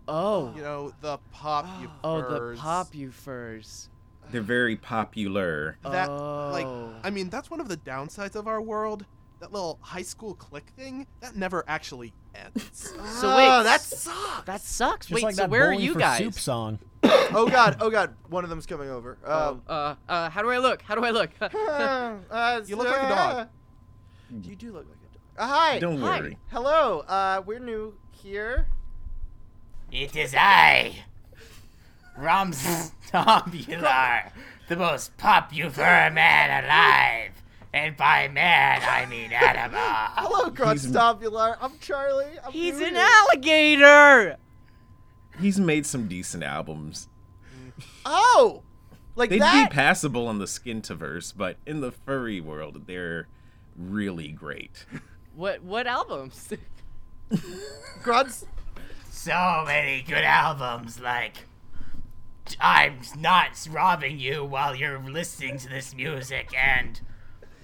A: oh.
D: You know the pop.
A: oh, the popufers.
C: They're very popular.
D: That like
A: Oh.
D: I mean that's one of the downsides of our world. That little high school clique thing that never actually ends.
A: So
B: oh,
A: wait,
B: that sucks.
A: That sucks.
E: just
A: Wait,
E: like
A: so
E: that
A: where are
E: Bowling
A: you
E: for
A: guys?
E: Soup song.
B: oh god, oh god, one of them's coming over.
A: Oh,
B: Um,
A: uh, uh, how do I look? How do I look?
B: uh,
D: You look like a dog.
B: You do look like a dog. Uh, hi.
C: Don't
A: hi.
C: worry.
B: Hello. Uh, we're new here.
F: It is I, Ramses Tombular, the most popular man alive. And by man, I mean animal.
B: Hello, Grunstobular. I'm Charlie. I'm
A: He's
B: new
A: an
B: here.
A: alligator.
C: He's made some decent albums.
B: Oh, like
C: They'd
B: that.
C: be passable in the skintiverse, but in the furry world, they're really great.
A: What what albums?
B: Grunts.
F: So many good albums, like. I'm not robbing you while you're listening to this music, and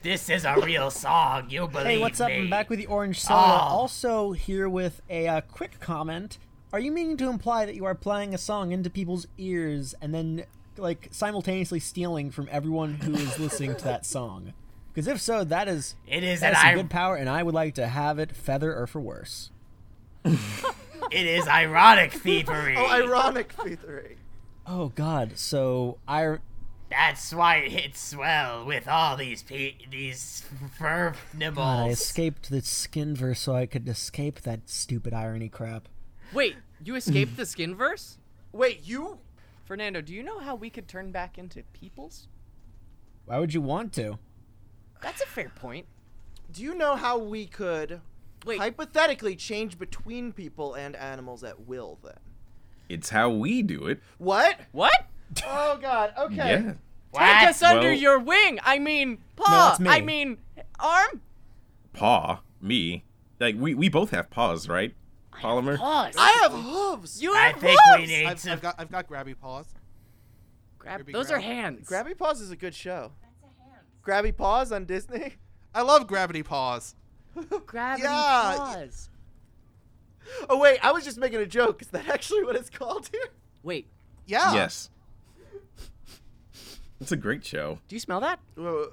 F: this is a real song. You believe
E: Hey, what's up?
F: me.
E: I'm back with the orange soda.
A: Ah.
F: Oh.
E: Also here with a uh, quick comment. Are you meaning to imply that you are playing a song into people's ears and then like simultaneously stealing from everyone who is listening to that song? Because if so, that is
F: It is an
E: that's some
F: ir-
E: good power, and I would like to have it, feather or for worse.
F: it is ironic thievery.
B: Oh, ironic feathering.
E: Oh God! So I
F: That's why it hits well with all these pe- these fur
E: God, I
F: nibbles.
E: escaped the Skinverse so I could escape that stupid irony crap.
A: Wait, you escaped the skin verse?
B: Wait, you?
A: Fernando, do you know how we could turn back into peoples?
E: Why would you want to?
A: That's a fair point.
B: Do you know how we could
A: Wait,
B: hypothetically change between people and animals at will? Then
C: It's how we do it.
B: what?
A: what?
B: Oh God. Okay.
C: Yeah.
A: Take
F: What?
A: us under
C: Well-
A: your wing. I mean,
E: No,
A: paw.
E: it's me.
A: I mean, arm.
C: Paw, me. Like we we both have paws, right? Polymer.
A: Paws.
B: I have hooves.
A: you
F: I
A: have
F: think we
A: hooves!
F: need
D: I've,
F: to.
D: I've got I've got grabby paws.
A: Grab,
D: Grabby
A: those
D: grab.
A: are hands.
B: Grabby Paws is a good show. Grabby Paws on Disney.
D: I love gravity paws.
A: Gravity
B: Yeah.
A: paws.
B: Oh wait, I was just making a joke. Is that actually what it's called here?
A: Wait,
B: Oh.
D: Yeah.
C: Yes. It's a great show.
A: do you smell that?
D: Uh,
B: Whoa,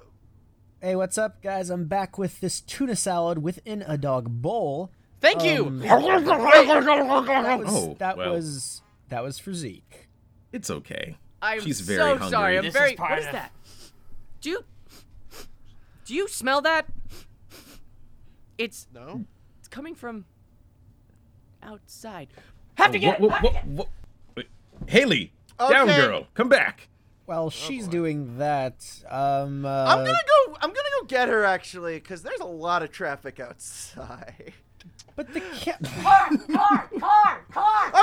E: Hey, what's up, guys? I'm back with this tuna salad within a dog bowl.
A: Thank
E: Um,
A: you.
E: That was,
C: Oh,
E: that
C: well.
E: was that was for Zeke.
C: It's okay.
A: I'm
C: She's very
A: so
C: hungry.
A: sorry. I'm
F: This is
A: very.
F: part
A: What is
F: of-
A: that? Do you do you smell that? It's
D: No.
A: it's coming from outside.
F: Have to get.
C: Wha- wha- wha- wha- wait. Haley, down
B: Okay.
C: girl, come back. Oh,
E: Well, she's doing that. Um, uh,
B: I'm gonna go. I'm gonna go get her actually, because there's a lot of traffic outside.
E: But the cat.
D: Oh,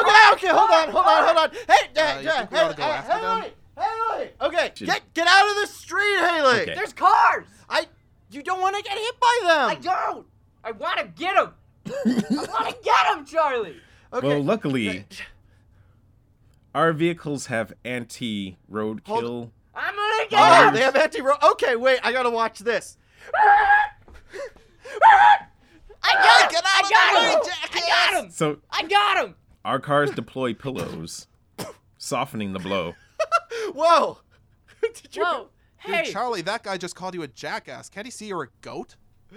B: Okay, okay, hold on, hold on, hold on. Hey, uh,
D: you
B: yeah,
D: think we ought
B: hey,
D: to go
B: hey,
D: after them?
B: Haley, Haley. Okay,
C: Should-
B: get get out of the street, Haley.
C: Okay.
A: There's cars.
B: I, you don't want to get hit by them.
A: I don't. I want to get him. I want to get him, Charlie.
B: Okay.
C: Well, luckily, our vehicles have anti roadkill.
A: I'm gonna get
B: oh,
A: him.
B: they have anti road. Okay, wait, I gotta watch this.
A: I got him.
B: Get out
A: I
B: of
A: got
B: the
A: him.
B: way,
A: I got him.
C: So
A: I got him.
C: our cars deploy pillows, softening the blow.
B: Whoa. Did you?
A: Whoa.
D: Dude,
A: Hey.
D: Charlie, that guy just called you a jackass. Can't he see you're a goat?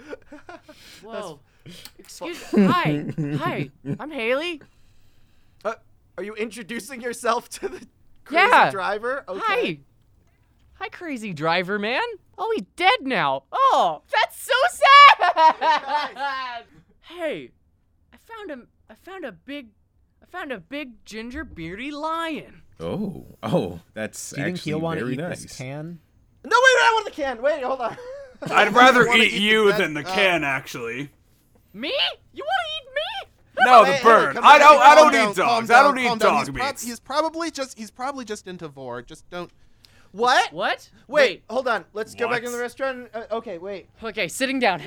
A: Whoa. Excuse. Hi. Hi. I'm Haley.
B: Uh, are you introducing yourself to the crazy
A: Yeah.
B: driver?
A: Hi. Hi, crazy driver man. Oh, he's dead now. Oh, that's so sad. hey, I found a, I found a big, I found a big ginger beardy lion.
C: Oh, oh, that's
E: Do you think
C: actually
E: he'll want to
C: very
E: eat
C: nice.
E: this can?
B: No, wait, I want the can. Wait, hold on.
G: I'd rather
D: wanna
G: eat
D: eat the
G: you
D: best-
G: than the
D: uh,
G: can, actually.
A: Me? You want to eat me?
G: No,
B: Hey,
G: the
B: hey,
G: bird.
B: come
G: I
B: back,
G: don't. I
B: calm
G: don't
D: down,
G: eat
D: calm
G: dogs. I
D: down,
G: don't
D: calm
G: eat
D: down.
G: dog
D: he's, prob-
G: meat.
D: he's probably just he's probably just into vor. Just don't.
B: what?
A: What?
B: Wait, hold on. Let's go back
G: What?
B: in the restaurant. Uh, okay, wait.
A: Wait. Okay, sitting down.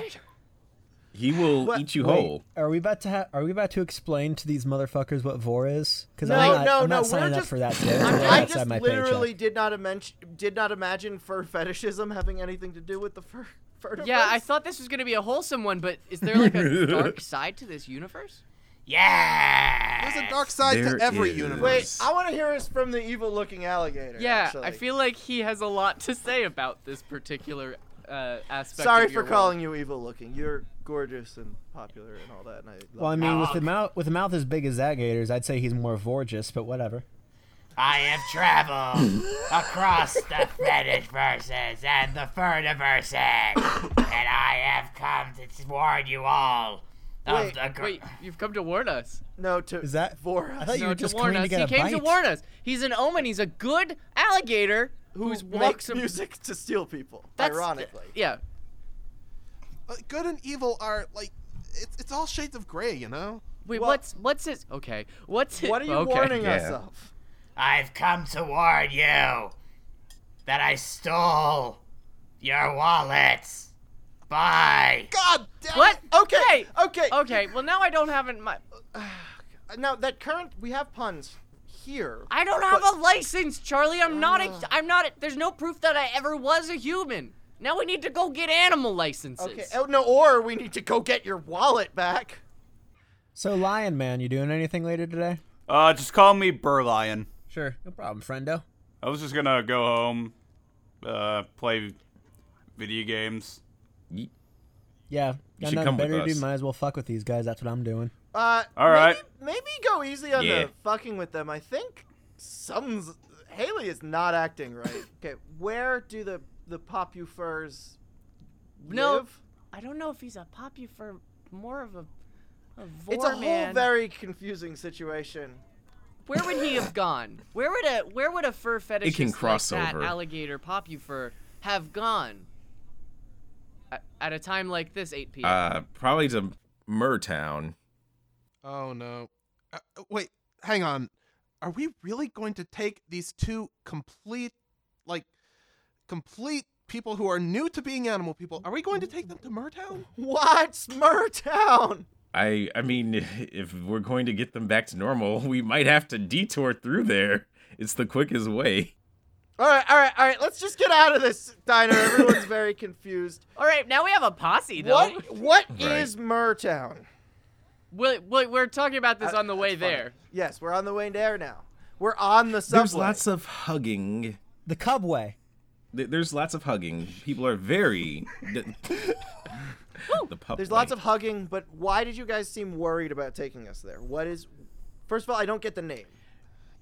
C: He will
B: What-
C: eat you
E: Wait,
C: whole.
E: are we about to ha- are we about to explain to these motherfuckers what vor is? Because
B: No,
E: I'm not,
B: no,
E: I'm
B: no,
E: not
B: we're
E: signing up
B: just-
E: for that today. That's way
B: I
E: outside
B: just
E: my
B: literally
E: paycheck.
B: did not imagine did not imagine fur fetishism having anything to do with the fur. Furtiverse.
A: Yeah, I thought this was gonna be a wholesome one, but is there like a dark side to this universe?
F: Yeah.
D: There's a dark side
C: There
D: to every
C: is.
D: universe.
B: Wait, I want to hear us from the evil-looking alligator.
A: Yeah,
B: actually.
A: I feel like he has a lot to say about this particular uh, aspect.
B: Sorry
A: of your
B: for
A: world.
B: calling you evil-looking. You're gorgeous and popular and all that. And I love
E: Well, I mean, with the mouth with a mouth as big as that gator's, I'd say he's more vorgeous, but whatever.
F: I have traveled across the fetish verses and the verses, and I have come to warn you all of
B: Wait,
F: the gr-
A: Wait, you've come to warn us.
B: you. No, to
E: Is that-
B: Vora?
E: I thought you
A: No,
E: were
A: to
E: just
A: warn
E: coming
A: us.
E: to get
A: He
E: a
A: came to
E: bite.
A: warn us. He's an omen. He's a good alligator who's
B: who
A: walks
B: makes
A: a-
B: music to steal people?
A: That's-
B: ironically.
A: Yeah.
D: Uh, good and evil are like it's it's all shades of gray, you know.
A: Wait,
B: Well-
A: what's what's his? Okay, what's it?
B: What are you
A: okay.
B: warning us
C: Yeah.
B: of?
F: I've come to warn you that I stole your wallets, Bye.
B: God damn.
A: What?
B: it. Okay.
A: Hey!
B: Okay.
A: Okay, well now I don't have it. in My
B: Now that current we have puns here.
A: I don't have a license, Charlie. I'm not
B: Ah.
A: a. I'm not. A, there's no proof that I ever was a human. Now we need to go get animal licenses.
B: Okay. Oh no. Or we need to go get your wallet back.
E: So, Lion Man, you doing anything later today?
G: Uh, just call me Burlion.
E: Sure, no problem, friendo.
G: I was just gonna go home, uh, play video games.
E: Yeah, got
C: should
E: nothing
C: come with
E: better to do.
C: us.
E: Might as well fuck with these guys. That's what I'm doing.
B: Uh.
G: All right.
B: Maybe, maybe go easy on
C: Yeah.
B: the fucking with them. I think some's Haley is not acting right. okay. Where do the the popufers
A: No.
B: live?
A: I don't know if he's a poppy for more of a. a vor
B: It's a whole
A: man.
B: very confusing situation.
A: Where would he have gone? Where would a where would a fur fetishist
C: It can cross
A: like that
C: over.
A: alligator poppy fur have gone? At, at a time like this, 8 p.m.
C: Uh, probably to Murtown.
D: Oh no. Uh, uh, wait, hang on. Are we really going to take these two complete like complete people who are new to being animal people? Are we going to take them to Murtown?
B: What's Murtown?
C: I I mean, if we're going to get them back to normal, we might have to detour through there. It's the quickest way.
B: All right, all right, all right. Let's just get out of this diner. Everyone's very confused.
A: All right, now we have a posse though.
B: What What is
C: Right.
B: Murtown?
A: We'll, we'll, we're talking about this on the way there.
B: Yes, we're on the way there now. We're on the subway.
C: There's lots of hugging.
E: The Cubway.
C: Th- There's lots of hugging. People are very. the the pup
B: There's lots of hugging, but why did you guys seem worried about taking us there? What is? First of all, I don't get the name.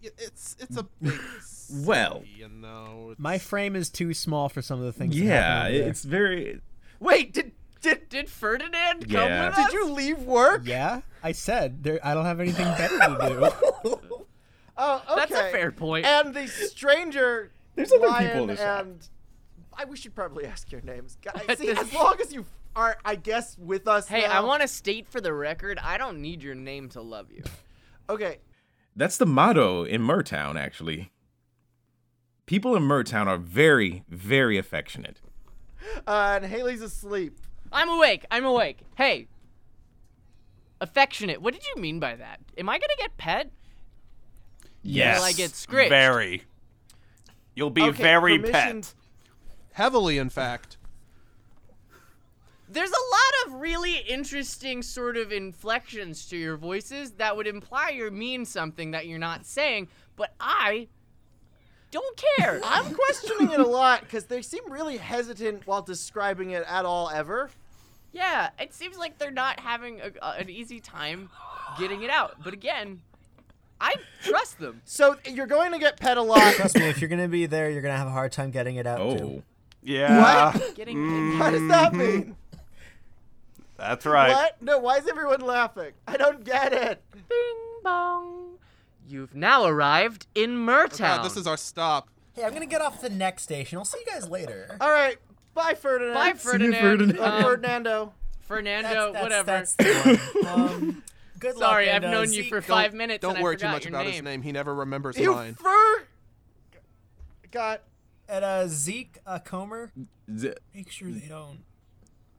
D: Y- It's it's a big city,
C: Well,
D: you know. it's-
E: My frame is too small for some of the things. that
C: yeah,
E: happen over there.
C: it's very.
B: Wait, did did
A: Did Ferdinand
C: Yeah.
A: come with us?
B: did you leave work?
E: yeah. I said there. I don't have anything better to do.
B: Oh, okay.
A: That's a fair point.
B: And the stranger.
C: There's other
B: lion
C: people in the shop.
B: and I, we should probably ask your names, guys.
A: At
B: See,
A: this-
B: as long as you are, I guess, with us.
A: Hey, I
B: now-
A: want to state for the record, I don't need your name to love you.
B: Okay,
C: That's the motto in Murtown, actually. People in Murtown are very, very affectionate.
B: uh, and Haley's asleep.
A: I'm awake. I'm awake. Hey. Affectionate. What did you mean by that? Am I going to get pet?
C: Yes.
A: Will I get scratched?
G: Very. You'll be
B: Okay,
G: very
B: permission-
G: pet.
D: heavily in fact.
A: There's a lot of really interesting sort of inflections to your voices that would imply you mean something that you're not saying, but I don't care.
B: I'm questioning it a lot because they seem really hesitant while describing it at all. Ever?
A: yeah, it seems like they're not having a, a- an easy time getting it out. But again, I trust them.
B: So you're going to get pet a lot.
E: Trust me, if you're gonna be there, you're gonna have a hard time getting it out too.
C: Oh,
G: Yeah.
A: Getting
B: What does that mean?
G: That's right.
B: What? No. Why is everyone laughing? I don't get it.
A: Bing bong. You've now arrived in Murtown.
D: Oh, God, Uh, this is our stop.
E: Hey, I'm gonna get off the next station. I'll see you guys later.
A: Oh,
B: All right. Bye, Ferdinand.
A: Bye, Ferdinand.
C: Ferdinand.
B: Uh,
A: Um,
B: Ferdinando.
A: Fernando, whatever.
E: the one. Um, good luck, uh,
A: Sorry, I've
E: Endos.
A: known you
E: See-
A: for
D: Don't-
A: 5 minutes
D: Don't
A: and I
D: worry too
A: forgot
D: much
A: your
D: about his name. He never remembers
B: You
D: mine.
B: Fer. God.
E: at uh, Zeke uh, Comer.
C: th-
E: Make sure they don't.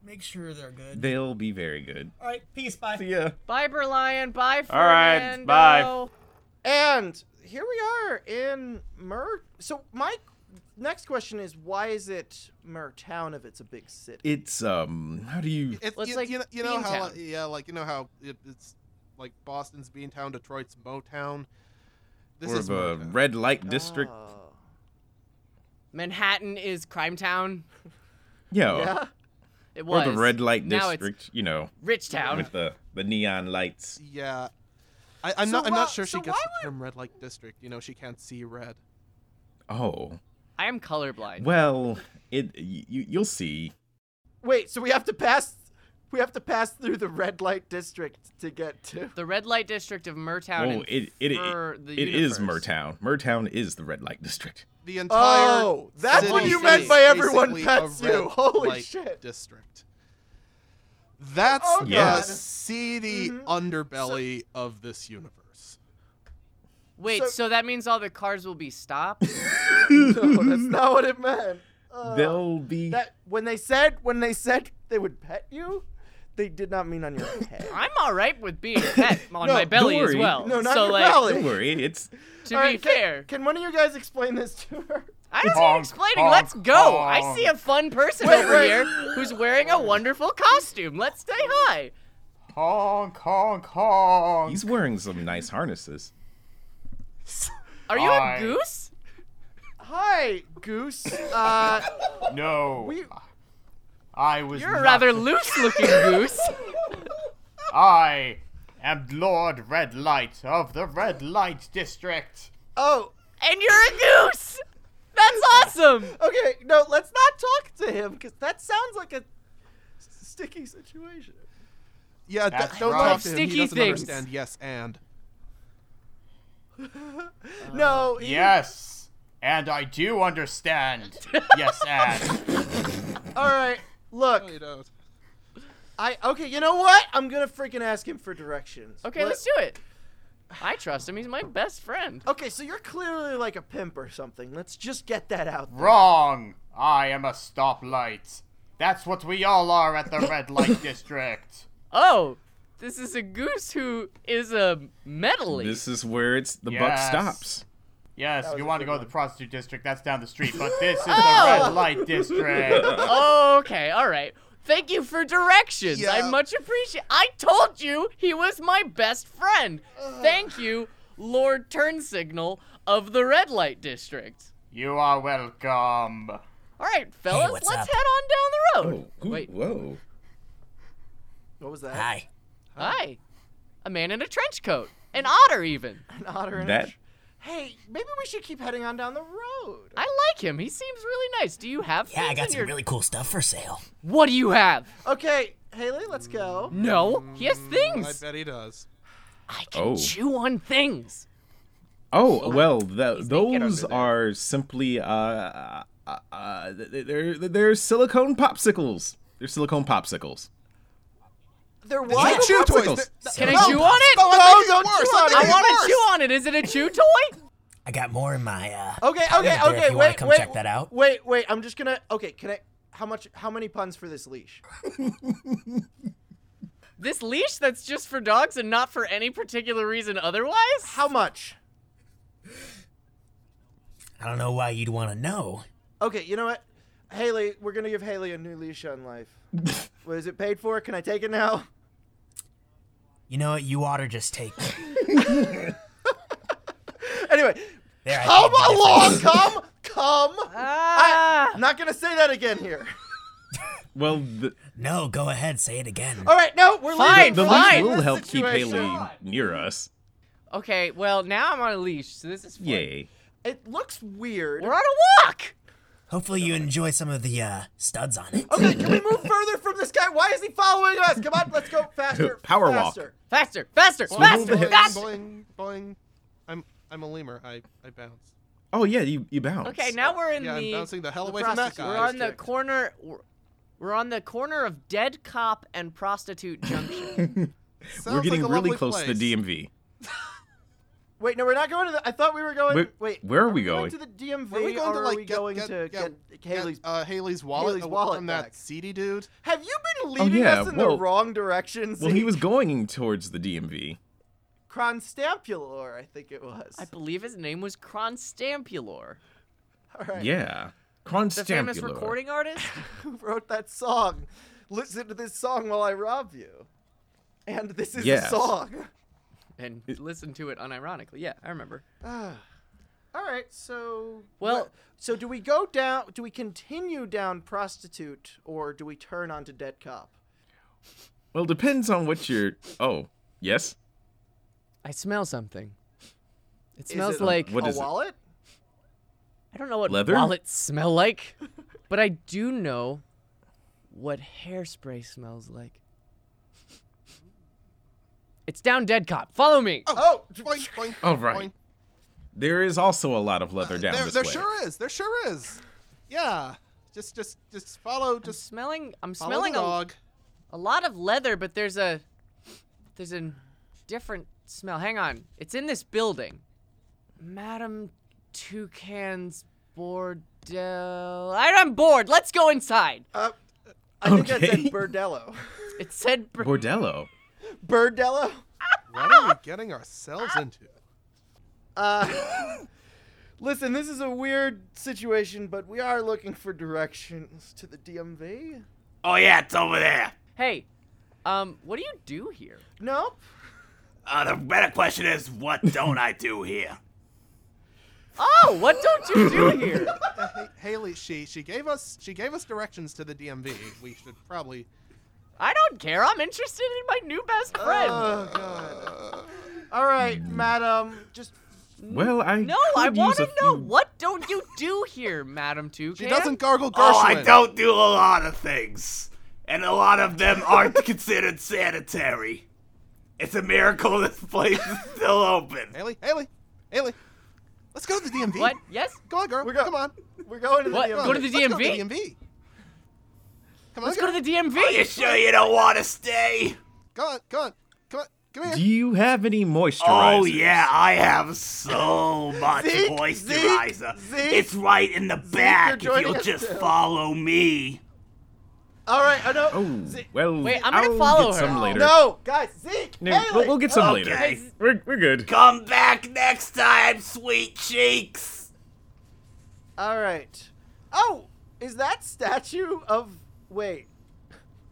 E: Make sure they're good.
C: they'll be very good.
E: All right, peace. Bye.
C: Yeah.
A: Bye, Berlion. Bye,
G: All right,
A: Fernando.
G: bye.
B: And here we are in Mur. So my next question is, why is it Mur Town if it's a big city?
C: It's um. How do you?
D: It's,
A: Well, it's
D: you,
A: like
D: you know, you know how
A: Beantown.
D: like, yeah, like you know how it, it's like Boston's Beantown, Detroit's Motown. This
C: Or
D: is
C: the
D: Motown.
C: red light district.
B: Oh.
A: Manhattan is Crime Town.
C: yeah.
B: Yeah.
A: It
C: Or
A: was.
C: the red light
A: now
C: district. You know,
A: It's Rich Town.
C: with the the neon lights.
D: Yeah. I, I'm
B: So
D: not. I'm
B: why-
D: not sure
B: so
D: she gets
B: why
D: the term red light district. You know, she can't see red.
C: Oh.
A: I am colorblind.
C: Well, it you you'll see.
B: Wait. So we have to pass. We have to pass through the red light district to get to.
A: The red light district of Murtown.
C: Oh,
A: and
C: it it it,
A: Fur- the
C: it is
A: universe.
C: Murtown. Murtown is the red light district.
D: The entire.
B: Oh, that's
D: city
B: what you
D: is
B: meant by everyone
D: basically a
B: pets you.
D: red
B: Holy
D: light
B: shit.
D: District. That's
B: Oh, Mm-hmm.
D: the
C: God.
D: seedy underbelly of this universe.
A: Wait,
B: so-
A: so, that means all the cars will be stopped?
B: No, that's not what it meant.
A: Uh,
C: They'll be
B: That when they said when they said they would pet you, they did not mean on your head.
A: I'm all right with being a pet on my
C: don't
A: belly as
C: worry.
A: well.
B: No, not
A: so
B: your
A: like,
B: belly.
C: Don't worry, it's
A: to
B: All
A: be
B: right, can-
A: fair,
B: Can, one of you guys explain this to her?
A: I don't
G: Honk,
A: need explaining.
G: honk,
A: Let's go. I
G: honk.
A: see a fun person
B: Wait,
A: over
B: wait.
A: here who's wearing a wonderful costume. Let's stay high.
G: Honk, honk, honk.
C: he's wearing some nice harnesses.
A: Are you
G: Hi.
A: a goose?
B: Hi, Goose. Uh,
G: No.
B: we,
G: I was
A: You're a
G: not
A: rather
G: the-
A: loose-looking goose.
G: I am Lord Red Light of the Red Light District.
B: oh,
A: and you're a goose. That's awesome.
B: okay. No, let's not talk to him because that sounds like a s- sticky situation.
D: Yeah, th-
G: That's
D: don't
G: right.
D: talk to him.
A: Sticky
D: He doesn't
A: things.
D: understand yes and.
B: no. he-
G: Yes, and I do understand. yes, and
B: All right. Look,
D: don't.
B: I okay. You know what? I'm gonna freaking ask him for directions.
A: Okay,
B: Let-
A: let's do it. I trust him. He's my best friend.
B: Okay, so you're clearly like a pimp or something. Let's just get that out.
G: wrong. I am a stoplight. That's what we all are at the Red Light District.
A: Oh, this is a goose who is a medley.
C: This is where it's the
G: Yes.
C: buck stops.
G: Yes,
B: was
G: you
B: a
G: want
B: good
G: to go to
B: one. Oh!
G: the prostitute district? That's down the street, but this is the Red Light District.
A: Oh, okay, all right. Thank you for directions. I
D: Yeah.
A: much appreciate. I told you he was my best friend. Thank you, Lord Turn Signal of the Red Light District.
G: You are welcome.
A: All right, fellas,
E: what's
A: let's
E: up?
A: head on down the road.
C: Oh, who-
A: Wait,
C: whoa.
B: What was that?
E: Hi.
A: hi. A man in a trench coat, an otter even.
B: An otter and a
C: That
B: tr- Hey, maybe we should keep heading on down the road.
A: I like him. He seems really nice. Do you have?
E: Yeah, I
A: things in
E: got some
A: your-
E: really cool stuff for sale.
A: What do you have?
B: Okay, Haley, let's go.
A: No, he has
D: Mm, I
A: things.
D: bet he does.
A: I can
C: Oh.
A: chew on things.
C: Oh well, tho-
A: naked
C: those
A: under there.
C: are simply uh, uh, uh, th- th- they're they're silicone popsicles. They're silicone popsicles.
B: There was.
D: Chew toys.
C: popsicles.
D: They're-
A: Can
D: No,
A: I chew on it?
D: no, Oh, I think it's worse. I
A: I
D: think
A: want
D: it's
A: to chew on it. Is it a chew toy?
E: I got more in my uh
B: Okay,
E: cabinet
B: okay,
E: there if
B: okay.
E: you wanna
B: wait,
E: come
B: wait,
E: check that out.
B: Wait, wait. I'm just gonna. Okay, can I? How much? How many puns for this leash?
A: This leash that's just for dogs and not for any particular reason otherwise?
B: How much?
E: I don't know why you'd want to know.
B: Okay, you know what? Haley, we're gonna give Haley a new leash on life. Was it paid for? Can I take it now?
E: You know what? You ought to just take it.
B: Anyway,
E: There, I
B: come
E: think the
B: along,
E: difference.
B: come, come.
A: Ah.
B: I'm not gonna say that again here.
C: Well, the,
E: No, go ahead, say it again.
A: Oh.
B: All right, no, we're
A: Fine,
B: leaving.
C: the
B: We're
A: fine.
C: leash
B: leaving
C: will
B: this
C: help keep
B: situation.
C: Haley near us.
A: Okay, well, now I'm on a leash, so this is fun.
C: Yay!
B: It looks weird.
A: We're on a walk!
E: Hopefully you enjoy some of the uh studs on it.
B: Okay, can we move further from this guy? Why is he following us? Come on, let's go faster.
C: Power walk.
B: faster.
A: Faster, faster,
C: Swivel
A: faster,
C: the hips.
A: faster!
D: Boing, boing, boing. I'm I'm a lemur. I I bounce.
C: Oh yeah, you you bounce.
A: Okay, now we're in
D: Yeah, I'm
A: the.
D: bouncing the hell
B: the
D: away from that
B: prostitute.
D: guy.
A: We're on the
B: district.
A: corner. We're, we're on the corner of Dead Cop and Prostitute Junction.
D: Sounds
C: we're getting
D: like a
C: really
D: lovely
C: close to
D: place.
C: the DMV.
B: Wait, no, we're not going to the. I thought we were going.
C: Where-
B: wait,
C: where are we going?
B: to the DMV?
D: Are we going
B: or
D: to like
B: are we
D: get,
B: going
D: get,
B: to
D: get,
B: get Haley's?
D: uh, Haley's wallet,
B: Haley's
D: uh,
B: wallet
D: from
B: back.
D: that seedy dude?
B: Have you been leading
C: Oh, yeah,
B: us in the
C: well-
B: wrong direction?
C: Well, he
B: Zeke?
C: was going towards the DMV.
B: Constampulor, I think it was.
A: I believe his name was Constampulor.
B: All right.
C: Yeah,
A: The famous
C: Constampular.
A: recording artist?
B: Who wrote that song? Listen to this song while I rob you. And this is
C: Yes.
B: a song.
A: and listen to it unironically. Yeah, I remember.
B: All right, so
A: Well-
B: what- so do we go down? Do we continue down prostitute, or do we turn onto dead cop?
C: Well, depends on what you're. Oh, yes.
A: I smell something. It
B: Is
A: smells
B: it
A: like
C: What
B: a
C: is it?
B: wallet.
A: I don't know what
C: leather?
A: wallets smell like, but I do know what hairspray smells like. It's down dead cop. Follow me.
B: Oh,
D: Boing, boing,
C: All right.
D: boing.
C: There is also a lot of leather down
D: Uh, There,
C: this
D: there
C: way.
D: sure is. There sure is. Yeah. Just just just follow.
A: I'm
D: Just
A: smelling I'm
D: follow
A: smelling
D: the
A: a,
D: dog.
A: a lot of leather, but there's a there's a different smell. Hang on. It's in this building. Madam Toucan's board Del. I- I'm bored. Let's go inside.
B: Uh, I think that said
C: Okay.
B: Birdello.
A: It said. Br-
C: Bordello.
B: Birdello?
A: Ah!
D: What are we getting ourselves into?
B: Uh, listen, this is a weird situation, but we are looking for directions to the DMV.
H: Oh yeah, it's over there.
A: hey, um, what do you do here?
B: Nope.
H: Uh, the better question is, what don't I do here?
A: Oh, what don't you do here?
D: Uh, Ha- Haley, she she gave us she gave us directions to the DMV. We should probably.
A: I don't care. I'm interested in my new best friend.
C: Uh,
B: Oh, God. All right,
C: Hmm.
B: madam. Just
C: Well, I
A: no,
C: could
A: I
C: use
A: want
C: a
A: to know
C: few-
A: what don't you do here, Madam Toucan?
D: She doesn't gargle Gershwin.
H: Oh, I don't do a lot of things, and a lot of them aren't considered sanitary. It's a miracle this place is still open.
D: Haley, Haley, Haley. Let's go to the DMV.
A: What? Yes.
D: Go on, girl.
B: We're go-
D: Come on.
B: we're going to the
A: What?
B: DMV.
A: Go to the
D: Let's go to
A: DMV?
D: the DMV. Come on,
A: Let's
D: girl.
A: go to the DMV.
C: Oh,
H: Are you sure you don't want to stay?
D: Come on, come on, come on, come here.
C: Do you have any moisturizers?
H: Oh yeah, I have so much
B: Zeke, Zeke,
H: moisturizer.
B: Zeke.
H: it's right in the back if
B: joining
H: you'll
B: us
H: just
B: now.
H: follow me.
B: All right, I know.
C: Oh
B: Zeke-
C: well.
A: Wait, I'm gonna
C: I'll
A: follow
C: get
A: her.
C: Some later.
B: No, guys, Zeke.
C: No,
B: Haley.
C: we'll, we'll get some
H: Okay.
C: later. We're, we're good.
H: Come back next time, sweet cheeks.
B: All right. Oh, is that statue of wait,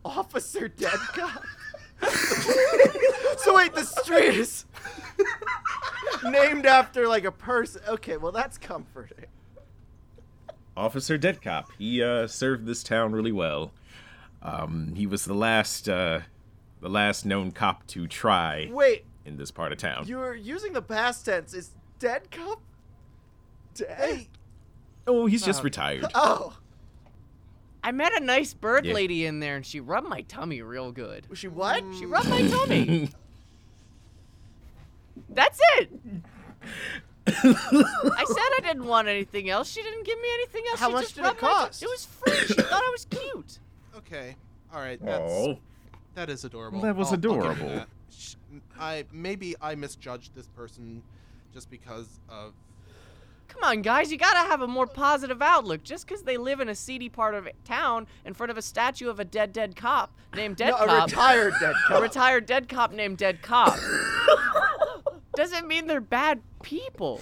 B: Officer Dead Cop? so wait, the street is named after like a person. Okay, well that's comforting.
C: Officer Dead Cop. He uh, served this town really well. Um, he was the last uh, the last known cop to try
B: Wait,
C: in this part of town.
B: you're using the past tense. Is Dead Cop dead?
C: oh, he's just retired.
B: Oh,
A: I met a nice bird
C: Yeah.
A: lady in there, and she rubbed my tummy real good.
B: was she what?
A: She rubbed my tummy. That's it. I said I didn't want anything else. She didn't give me anything else.
B: How
A: she
B: much
A: just
B: did it
A: rubbed my tum-
B: cost?
A: It was free. She thought I was cute.
D: Okay. All right. That's
C: Oh,
D: that is adorable.
C: That was
D: I'll- I'll give you
C: adorable.
D: that. Sh- I maybe I misjudged this person just because of
A: Come on, guys. You gotta have a more positive outlook. Just 'cause they live in a seedy part of town in front of a statue of a dead, dead cop named Dead
B: No, a
A: Cop.
B: retired Dead
A: a
B: Cop.
A: retired dead cop named Dead Cop doesn't mean they're bad people.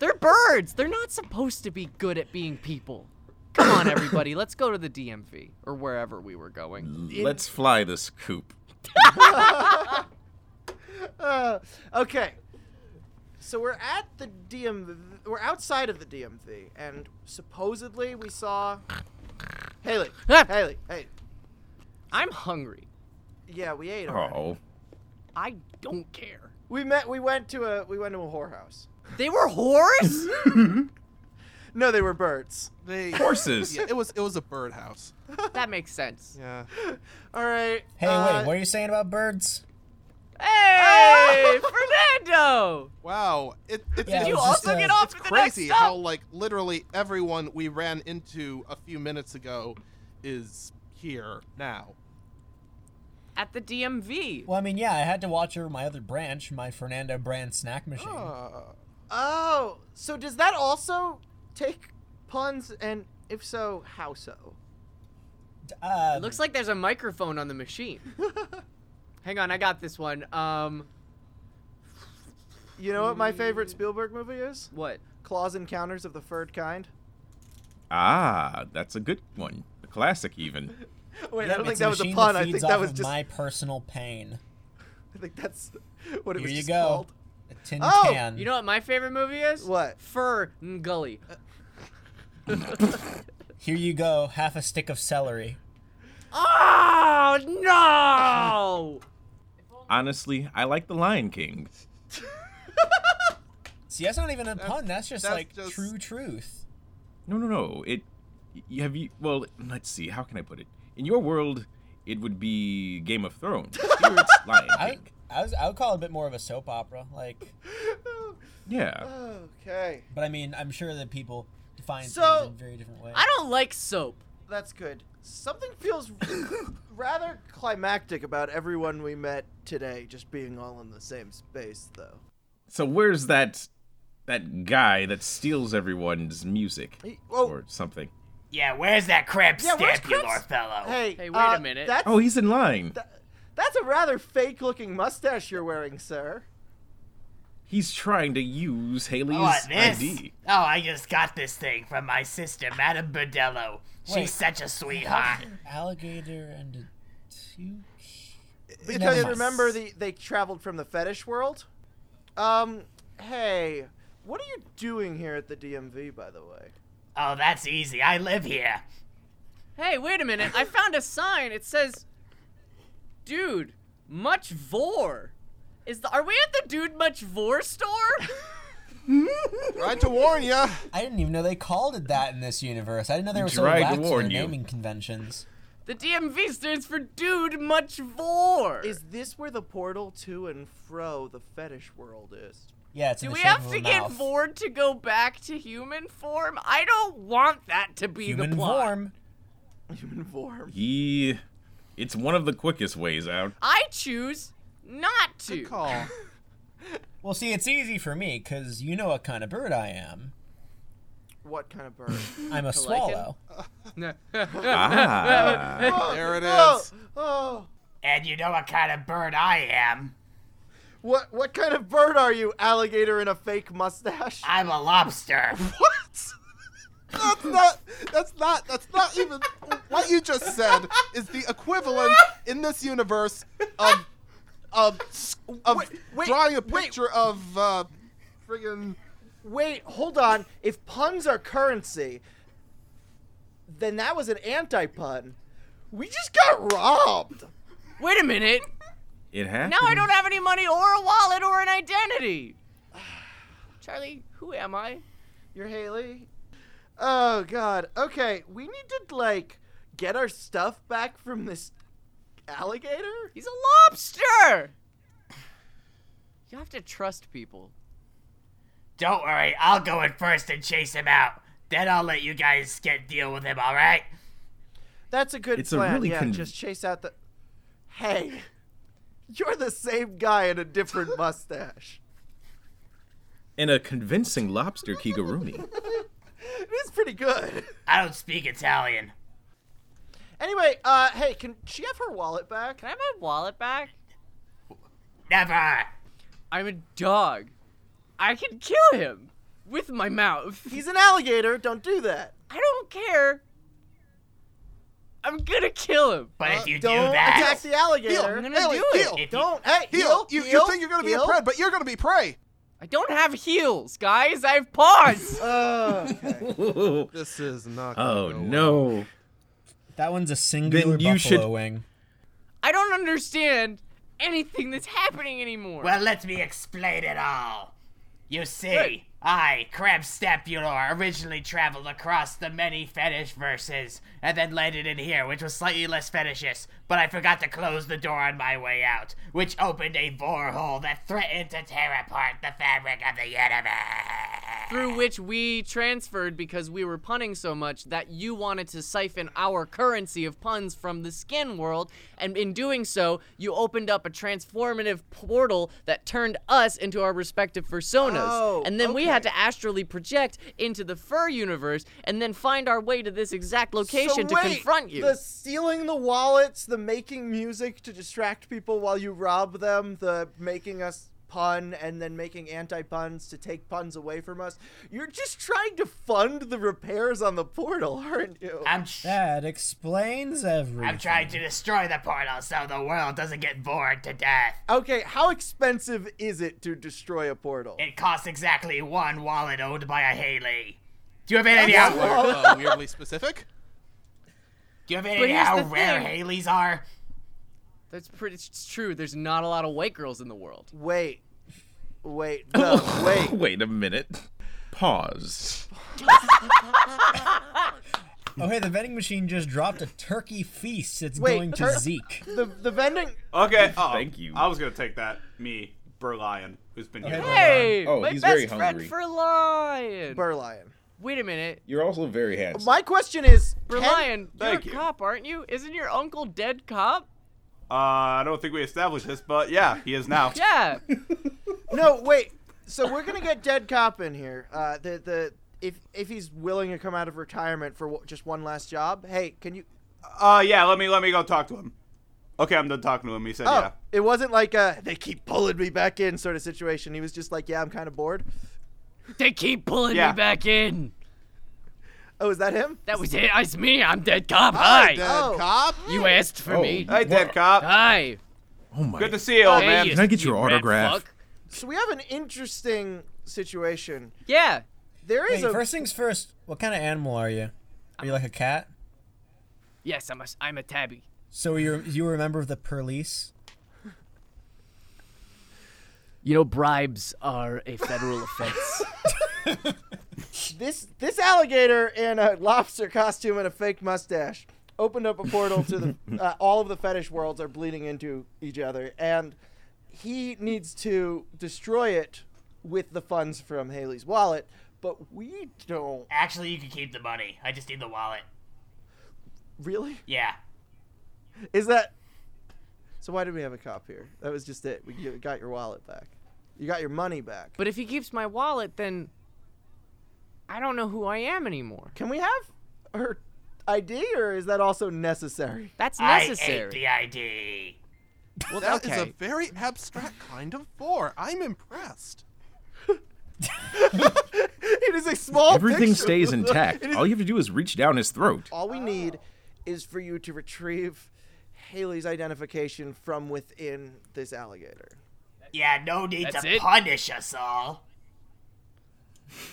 A: They're birds. They're not supposed to be good at being people. Come on, everybody. Let's go to the DMV or wherever we were going.
C: let's fly this coop.
B: Uh, okay. So we're at the DMV. We're outside of the DMV, and supposedly we saw Haley.
A: Ah.
B: Haley. Hey.
A: I'm hungry.
B: Yeah, we ate. already.
C: Oh,
A: I don't care.
B: We met. We went to a. We went to a whorehouse.
A: They were whores?
B: No, they were birds.
D: they.
C: horses.
D: Yeah, it was it was a birdhouse.
A: that makes sense.
D: Yeah.
B: All right.
E: Hey,
B: uh,
E: wait, what are you saying about birds?
A: Hey, Fernando!
D: Wow. It, it,
E: Yeah,
D: it's
A: Did you
E: was
A: also
E: just, uh,
A: get off
D: it's
A: at the next
D: crazy
A: stop?
D: how like literally everyone we ran into a few minutes ago is here now.
A: at the DMV.
E: Well, I mean, yeah, I had to watch over my other branch, my Fernando brand snack machine.
B: uh, Oh, so does that also take puns? And if so, how so?
E: Uh,
A: It looks like there's a microphone on the machine. Hang on, I got this one. Um,
B: You know what my favorite Spielberg movie is?
A: what?
B: Claws Encounters of the Third Kind.
C: Ah, that's a good one. A classic, even.
B: Wait,
E: yeah,
B: I don't think
E: it's
B: that was a
E: machine
B: pun. I
E: feeds
B: think
E: off
B: that was
E: of
B: just.
E: my personal pain.
B: I think that's what it
E: Here
B: was
E: you
B: just
E: go.
B: called.
E: A tin
B: Oh,
E: can.
A: You know what my favorite movie is?
B: What?
A: Fur and Gully.
E: Here you go, half a stick of celery.
A: Oh no!
C: Honestly, I like The Lion King.
E: See, that's not even a pun. That's just
D: that's
E: like
D: just-
E: true truth.
C: No, no, no. It. You have you. Well, let's see. How can I put it? In your world, it would be Game of Thrones. Here it's Lion
E: I,
C: King.
E: I was I would call it a bit more of a soap opera, like.
C: Yeah.
B: Okay,
E: But I mean, I'm sure that people define
B: So-
E: things in very different ways.
A: I don't like soap.
B: that's good. Something feels rather climactic about everyone we met today just being all in the same space, though.
C: So where's that that guy that steals everyone's music
B: oh.
C: or something.
F: Yeah, where's that crab
B: Yeah, where's
F: stamp, you
B: Krebs?
F: fellow?
B: Hey,
A: Oh. Hey, wait
B: uh,
A: a minute.
B: That's,
C: Oh, he's in line.
B: that's a rather fake looking mustache you're wearing, sir.
C: He's trying to use Haley's
F: Oh, what, this?
C: ID.
F: Oh, I just got this thing from my sister, Madame Bordello. She's
E: Wait.
F: such a sweetheart.
E: Alligator and a two.
B: Because
E: Yes.
B: remember, the, they traveled from the fetish world? Um, hey, what are you doing here at the DMV, by the way?
F: Oh, that's easy. I live here.
A: Hey, wait a minute. I found a sign. It says, "Dude, much vor." Is the, are we at the Dude Much Vor store?
D: Tried to warn ya.
E: I didn't even know they called it that in this universe. I didn't know they were so
C: Tried to
E: lax in their
C: warn you.
E: naming conventions.
A: The DMV stands for Dude Much Vor.
B: Is this where the portal to and fro the fetish world is?
E: Yeah, it's in
A: Do
E: the
A: we
E: shape
A: have
E: of a
A: to get
E: mouth.
A: Vor to go back to human form? I don't want that to be
E: Human
A: the plot.
E: form.
B: Human form.
C: He. It's one of the quickest ways out.
A: I choose not to.
D: Good call.
E: Well, see, it's easy for me because you know what kind of bird I am.
B: What kind of bird?
E: I'm a swallow.
A: No.
C: Ah.
D: There it
B: oh,
D: is.
B: oh.
F: And you know what kind of bird I am.
B: What what kind of bird are you, alligator in a fake mustache?
F: I'm a lobster.
D: That's not. That's not. That's not even. What you just said is the equivalent in this universe of of s- of drawing a picture of uh, friggin'
B: Wait, hold on. If puns are currency, then that was an anti-pun. We just got robbed.
A: Wait a minute.
C: it happened.
A: Now I don't have any money or a wallet or an identity. Charlie, who am I?
B: You're Haley. Oh god. Okay, we need to like get our stuff back from this alligator.
A: He's a lobster. You have to trust people.
F: Don't worry, I'll go in first and chase him out. Then I'll let you guys get deal with him, alright?
B: That's a good
C: It's a
B: plan.
C: really
B: yeah,
C: con-
B: just chase out the. Hey, you're the same guy in a different mustache.
C: And a convincing lobster kigurumi.
B: It is pretty good.
F: I don't speak Italian.
B: Anyway, uh, hey, can she have her wallet back?
A: Can I have my wallet back?
F: Never.
A: I'm a dog. I can kill him with my mouth.
B: He's an alligator. Don't do that.
A: I don't care. I'm gonna kill him.
F: But if you do
B: Uh, Don't
F: that,
B: attack the alligator.
A: I'm gonna
D: Haley,
A: do it.
D: heal,
F: if you,
B: Don't. Hey,
D: heal.
B: heel,
D: You, you
B: heel,
D: think you're gonna be a
B: heel.
D: prey, but you're gonna be prey.
A: I don't have heels, guys. I have paws.
B: Uh, okay.
C: oh
D: This is not.
C: no.
E: That one's a singular
C: you
E: buffalo
C: should-
E: wing.
A: I don't understand anything that's happening anymore.
F: well, let me explain it all. You see,
A: Good.
F: I, Crab Stapulor, originally traveled across the many fetish verses and then landed in here, which was slightly less fetishish, but I forgot to close the door on my way out, which opened a borehole that threatened to tear apart the fabric of the universe.
A: through which we transferred because we were punning so much that you wanted to siphon our currency of puns from the skin world, and in doing so, you opened up a transformative portal that turned us into our respective personas.
B: Oh,
A: and then we had
B: okay.
A: to astrally project into the fur universe and then find our way to this exact location
B: So
A: to
B: wait,
A: confront you.
B: The stealing the wallets, the making music to distract people while you rob them, the making us pun and then making anti puns to take puns away from us. You're just trying to fund the repairs on the portal, aren't you?
F: I'm sh-
E: That explains everything.
F: I'm trying to destroy the portal so the world doesn't get bored to death.
B: Okay, how expensive is it to destroy a portal?
F: It costs exactly one wallet owned by a Haley. Do you have any idea?
D: Yeah,
F: How,
D: we're, uh, weirdly specific.
F: do you have
A: But
F: any idea
A: here's
F: how
A: the
F: rare
A: thing.
F: Haleys are?
A: That's pretty it's true. There's not a lot of white girls in the world.
B: Wait. Wait, no, wait.
C: Wait a minute. Pause.
E: Oh, hey, the vending machine just dropped a turkey feast. It's
B: Wait,
E: going to
B: tur-
E: Zeke.
B: The the vending
H: Okay. Oh,
C: Thank you.
H: I was gonna take that. Me, Burlion, who's been here.
E: Okay.
H: for-
A: Hey,
C: Oh,
A: my
C: he's
A: best
C: very
A: friend
C: hungry.
A: for lion.
B: Burlion.
A: wait a minute.
C: You're also very handsome.
B: My question is can-
A: Reliant, you're a
H: Thank you.
A: cop, aren't you? Isn't your uncle dead cop?
H: Uh, I don't think we established this, but yeah, he is now.
A: Yeah.
B: No, wait. so we're gonna get Dead Cop in here. Uh, the the if if he's willing to come out of retirement for w- just one last job, hey, can you?
H: Uh, yeah. Let me let me go talk to him. Okay, I'm done talking to him. He said,
B: Oh,
H: yeah.
B: it wasn't like a they keep pulling me back in sort of situation. He was just like, yeah, I'm kind of bored.
A: They keep pulling
H: Yeah.
A: me back in.
B: Oh, is that him?
A: That was it. It's me. I'm dead cop.
D: Hi,
A: Hi.
D: dead
B: Oh.
D: cop.
A: You asked for
C: Oh.
A: me.
H: Hey, dead cop.
A: Hi.
C: Oh my!
H: Good to see you, old
A: Hey,
H: man.
A: you-
C: Can I get
A: you
C: your
A: rat
C: autograph?
A: fuck.
B: So we have an interesting situation.
A: Yeah.
B: There is
E: Wait,
B: a
E: first things first. What kind of animal are you? Are you like a cat?
A: Yes, I'm a, I'm a tabby.
E: So you you were a member of the police?
A: You know, bribes are a federal offense.
B: this this alligator in a lobster costume and a fake mustache opened up a portal to the uh, all of the fetish worlds are bleeding into each other and he needs to destroy it with the funds from Haley's wallet but we don't
F: Actually, you can keep the money. I just need the wallet.
B: really
F: Yeah.
B: is that so why did we have a cop here that was just it we g- got your wallet back you got your money back
A: but if he keeps my wallet, then I don't know who I am anymore.
B: can we have her ID or is that also necessary
A: That's
F: I ate
A: necessary.
F: the ID.
A: Well,
D: That is
A: okay.
D: a very abstract kind of four. I'm impressed.
B: it is a small
C: Everything
B: picture.
C: stays intact. All you have to do is reach down his throat.
B: All we need is for you to retrieve Haley's identification from within this alligator.
F: Yeah, no need
A: That's
F: to
A: it?
F: punish us all.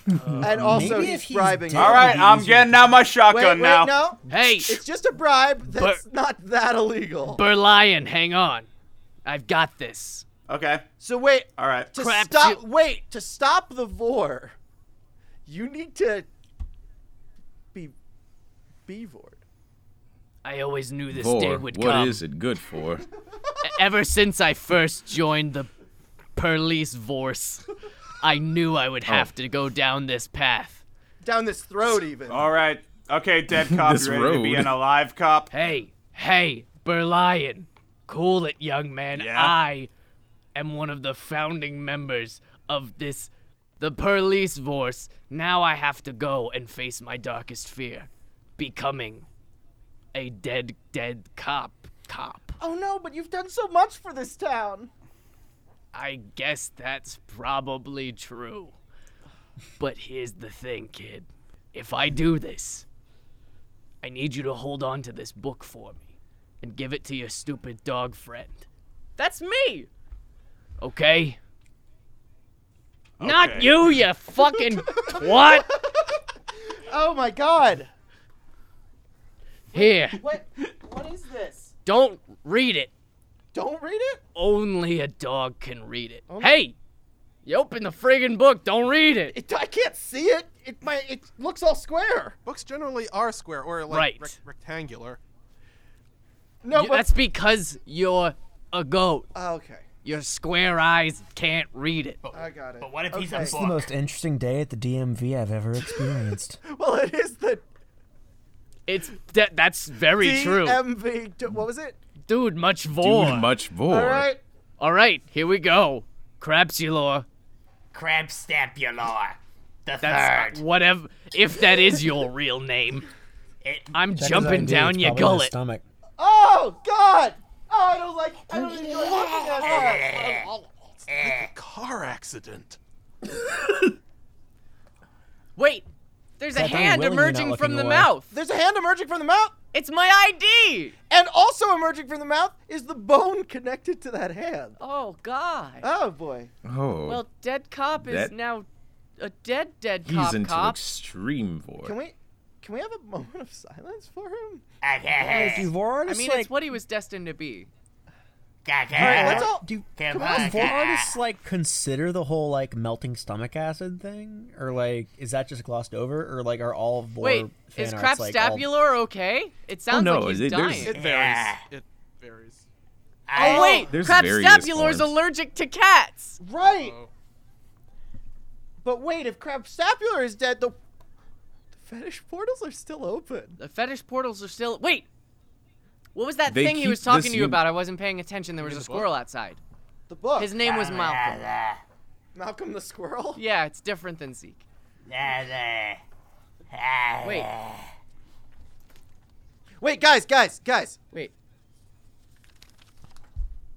B: and also,
E: maybe
B: he's
E: if he's
B: bribing.
E: dead-
B: her.
H: All right,
E: Easy.
H: I'm getting out my
B: Wait,
H: shotgun
B: wait,
H: now.
B: no.
A: hey,
B: It's just a bribe. That's not that illegal.
A: Berlion, hang on. I've got this.
H: Okay.
B: so wait,
H: All right.
B: to
A: Crap,
B: stop.
A: you-
B: Wait, to stop the vor, you need to be bevored.
A: I always knew this day
C: For
A: would
C: what
A: come.
C: is it good for?
A: Ever since I first joined the police force, I knew I
C: Oh.
A: would have to go down this path.
B: Down this throat, even.
H: All right. Okay, dead cop.
C: This
H: you ready to be
C: road.
H: an alive cop?
A: Hey, hey, Berlion, cool it, young man.
H: Yeah?
A: I am one of the founding members of this, the police force. Now I have to go and face my darkest fear, becoming a dead, dead cop. Cop.
B: Oh no, but you've done so much for this town.
A: I guess that's probably true. But here's the thing, kid. If I do this, I need you to hold on to this book for me and give it to your stupid dog friend. That's me! Okay? Not
H: Okay.
A: you, you fucking what?
B: Oh my God.
A: Here,
B: What? What is this?
A: don't read it.
B: Don't read it.
A: Only a dog can read it. Hey! You open the friggin' book, don't read it.
B: It, I can't see it. It my it looks all square.
D: Books generally are square or like
A: Right.
D: rec- rectangular.
B: No,
A: You-
B: but
A: that's because you're a goat.
B: Oh, okay.
A: Your square eyes can't read it.
B: I got it.
F: But what if he's
B: Okay.
F: a book?
B: It's
E: It's the most interesting day at the DMV I've ever experienced.
B: Well, it is the
A: It's that, that's very true,
B: DMV. What was it?
A: dude. Much
C: Too
A: vor.
C: much vor.
B: All right.
A: All right, here we go. Crapsulor.
F: Crab stamp your lore. The
A: That's
F: third.
A: whatever. If that is your real name,
F: It,
A: I'm
E: Check his
A: jumping
E: ID,
A: down
E: it's
A: your
E: probably in his
A: gullet.
E: Stomach.
B: Oh God. Oh, I don't like. I don't enjoy looking at that.
D: Car accident.
A: Wait, there's a
E: Zach, I'm
A: hand
E: willingly not
A: emerging from
E: looking
A: the
E: away.
A: mouth.
B: There's a hand emerging from the mouth,
A: It's my ID.
B: and also emerging from the mouth is the bone connected to that hand.
A: Oh God.
B: Oh boy.
C: Oh,
A: Well, dead cop is
C: That-
A: now a dead dead
C: he's
A: cop.
C: into
A: cop.
C: extreme vor.
B: Can we? Can we have a moment of silence for him?
E: Do
F: Okay.
E: vor
A: Eh. I
E: artists
A: mean,
E: like
A: it's what he was destined to be.
B: Let's all.
E: do
F: Come
B: on,
F: on,
E: vor
F: come on.
E: artists like consider the whole like melting stomach acid thing, or like is that just glossed over, or like are all vor
A: Wait,
E: fan
A: is
E: arts, like, all-
A: Crapstapular okay? It sounds
C: Oh, no,
A: like he's
C: it- there's-
A: dying.
D: It varies.
A: Ah.
F: Yeah.
D: It varies.
F: I-
A: oh wait,
C: There's various
A: Crapstapular's
C: forms.
A: allergic to cats.
B: Right.
D: Oh.
B: But wait, if Crabstapular is dead, the, the fetish portals are still open.
A: The fetish portals are still. Wait, what was that
C: They
A: thing he
C: keep
A: was talking
C: this
A: to you
C: un-
A: about? I wasn't paying attention. There was a
D: the book?
A: squirrel outside.
B: The book.
A: His name was Malcolm.
B: Malcolm the Squirrel?
A: Yeah, it's different than Zeke. Wait,
B: Wait, guys, guys, guys.
A: wait.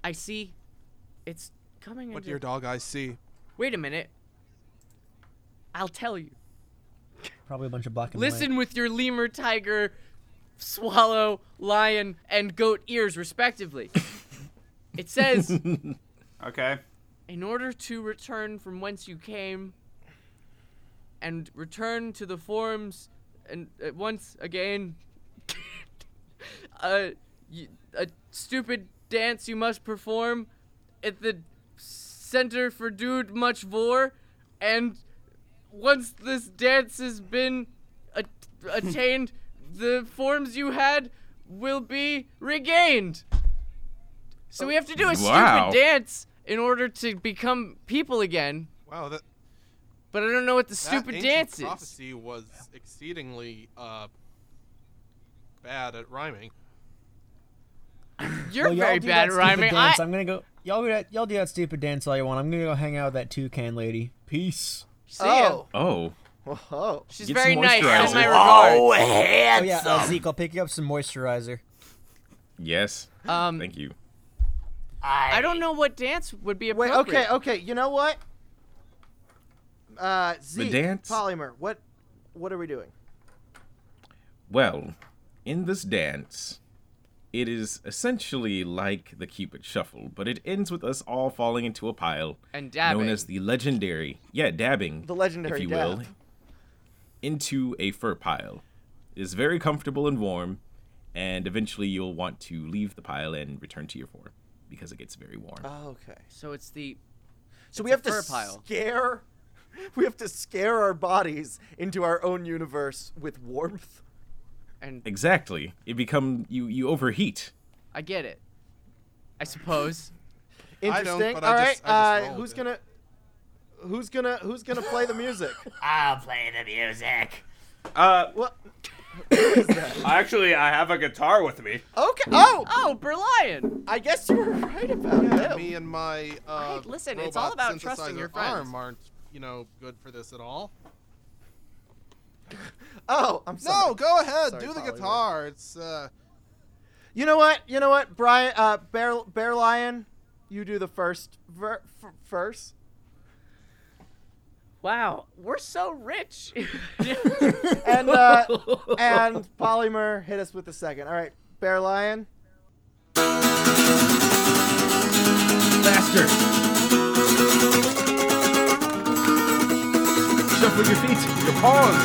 A: I see. It's coming.
D: What
A: into-
D: do your dog eyes see?
A: Wait a minute. I'll tell you.
E: Probably a bunch of black and
A: Listen with your lemur, tiger, swallow, lion, and goat ears, respectively. it says,
H: Okay.
A: in order to return from whence you came, and return to the forms, and uh, once again, uh, y a stupid dance you must perform at the Center for Dude Much Vor, and once this dance has been at- attained, the forms you had will be regained. So we have to do a
C: Wow.
A: stupid dance in order to become people again.
D: Wow, that
A: But I don't know what the
D: that
A: stupid
D: ancient
A: dance is.
D: prophecy was exceedingly uh, bad at rhyming.
E: Oh,
A: You're very bad at rhyming. I,
E: Dance. I'm gonna go. Y'all do that. Y'all do that stupid dance all you want. I'm gonna go hang out with that toucan lady. Peace.
A: see ya.
C: Oh,
B: Whoa.
A: She's
C: Get
A: very
C: some
A: nice.
C: moisturizer.
A: Send my
H: Oh,
A: regards.
E: Oh yeah, uh,
H: handsome.
E: Zeke, I'll pick you up some moisturizer.
C: yes.
A: Um,
C: Thank you.
A: I don't know what dance would be
B: Wait,
A: appropriate.
B: okay, okay. You know what? Uh, Zeke,
C: dance?
B: polymer. What, what are we doing?
C: Well, in this dance, it is essentially like the Cupid Shuffle, but it ends with us all falling into a pile
A: And dabbing.
C: known as the legendary, yeah, dabbing,
B: The legendary
C: if you will,
B: dab.
C: into a fur pile. It is very comfortable and warm, and eventually you'll want to leave the pile and return to your form because it gets very warm.
B: Oh, okay.
A: So it's the
B: So we
A: It's
B: have
A: a
B: to
A: fur pile.
B: scare. We have to scare our bodies into our own universe with warmth.
A: and
C: exactly. It become you you overheat.
A: I get it. I suppose.
D: I don't,
B: Interesting.
D: but I
B: All right.
D: just- I just
B: uh,
D: roll
B: who's
D: with it.
B: gonna? Who's gonna? Who's gonna play the music?
F: I'll play the music.
H: Uh,
B: What?
H: actually, I have a guitar with me.
B: Okay. Oh,
A: Oh, Berlion!
B: I guess you were right about
D: Yeah,
B: that.
D: me and my uh,
A: Right, listen, it's all
D: robot
A: about trusting
D: synthesizer
A: your friends.
D: arm aren't you know good for this at all.
B: Oh, I'm sorry.
D: No, go ahead,
B: Sorry,
D: do the
B: Polly,
D: guitar. It's uh,
B: You know what? You know what? Brian, uh, Bear, Bear Lion, you do the first ver- f- verse.
A: Wow, we're so rich.
B: And uh, and Polymer hit us with the second. All right, Bear Lion.
C: Faster! Shuffle your feet, your paws.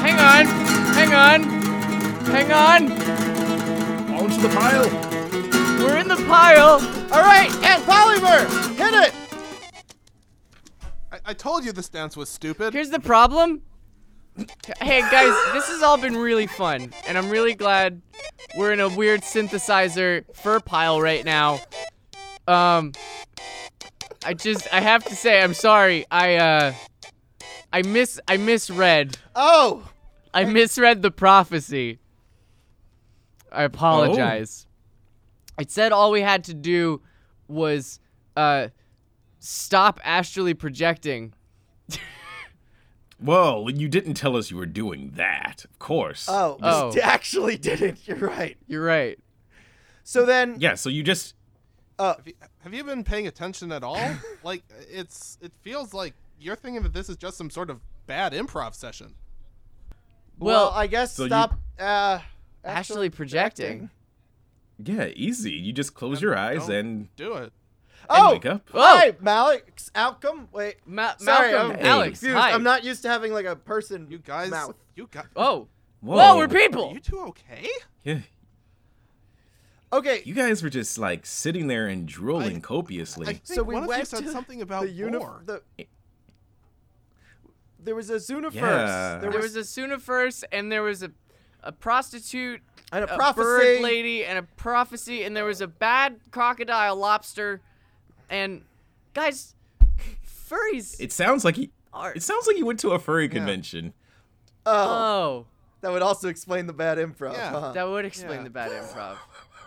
A: hang on, hang on, hang on.
C: Onto the pile.
A: We're in the pile.
B: All right, and Polymer, hit it.
D: I, I told you this dance was stupid.
A: Here's the problem. Hey guys, this has all been really fun, and I'm really glad we're in a weird synthesizer fur pile right now. Um, I just I have to say I'm sorry. I uh, I miss I misread.
B: Oh,
A: I misread the prophecy. I apologize. It said all we had to do was uh, stop astrally projecting.
C: Well, you didn't tell us you were doing that, of course.
B: oh,
A: Oh.
B: just actually did it. You're right.
A: You're right.
B: So then,
C: Yeah, so you just
D: Have you, have you been paying attention at all? like it's it feels like you're thinking that this is just some sort of bad improv session.
B: well,
A: Well,
B: I guess
C: you-
B: stop. uh,
A: Astrally projecting.
C: yeah, easy. You just close your eyes
D: Um, don't-
C: and,
D: Do it.
C: and
B: Oh,
C: wake up.
B: hi, Malik. Alcom. Wait,
A: Ma-
B: Sorry,
A: Malcolm,
B: I'm
A: Alex,
B: confused.
A: hi.
B: I'm not used to having like a person.
D: You guys,
B: Mouth.
D: you guys.
A: Oh,
C: Whoa,
A: whoa, we're
C: Oh.
D: Are
A: people.
D: you two okay?
C: Yeah,
B: Okay.
C: you guys were just like sitting there and drooling
D: I-
C: copiously.
D: I think
B: so we
D: one of you
B: went
D: said
B: to
D: something about
B: the uni-
D: war.
B: the there was a Zooniverse.
C: Yeah.
B: There
A: There
B: was
A: was a Suniverse, and there was a, a prostitute,
B: and a
A: a
B: prophecy.
A: bird lady, and a prophecy, and there was a bad crocodile lobster, and guys, furries.
C: it sounds like you,
A: Are-
C: it sounds like you went to a furry convention.
B: Oh,
A: oh,
B: that would also explain the bad improv.
D: Yeah.
B: huh?
A: that would explain
D: Yeah.
A: the bad improv.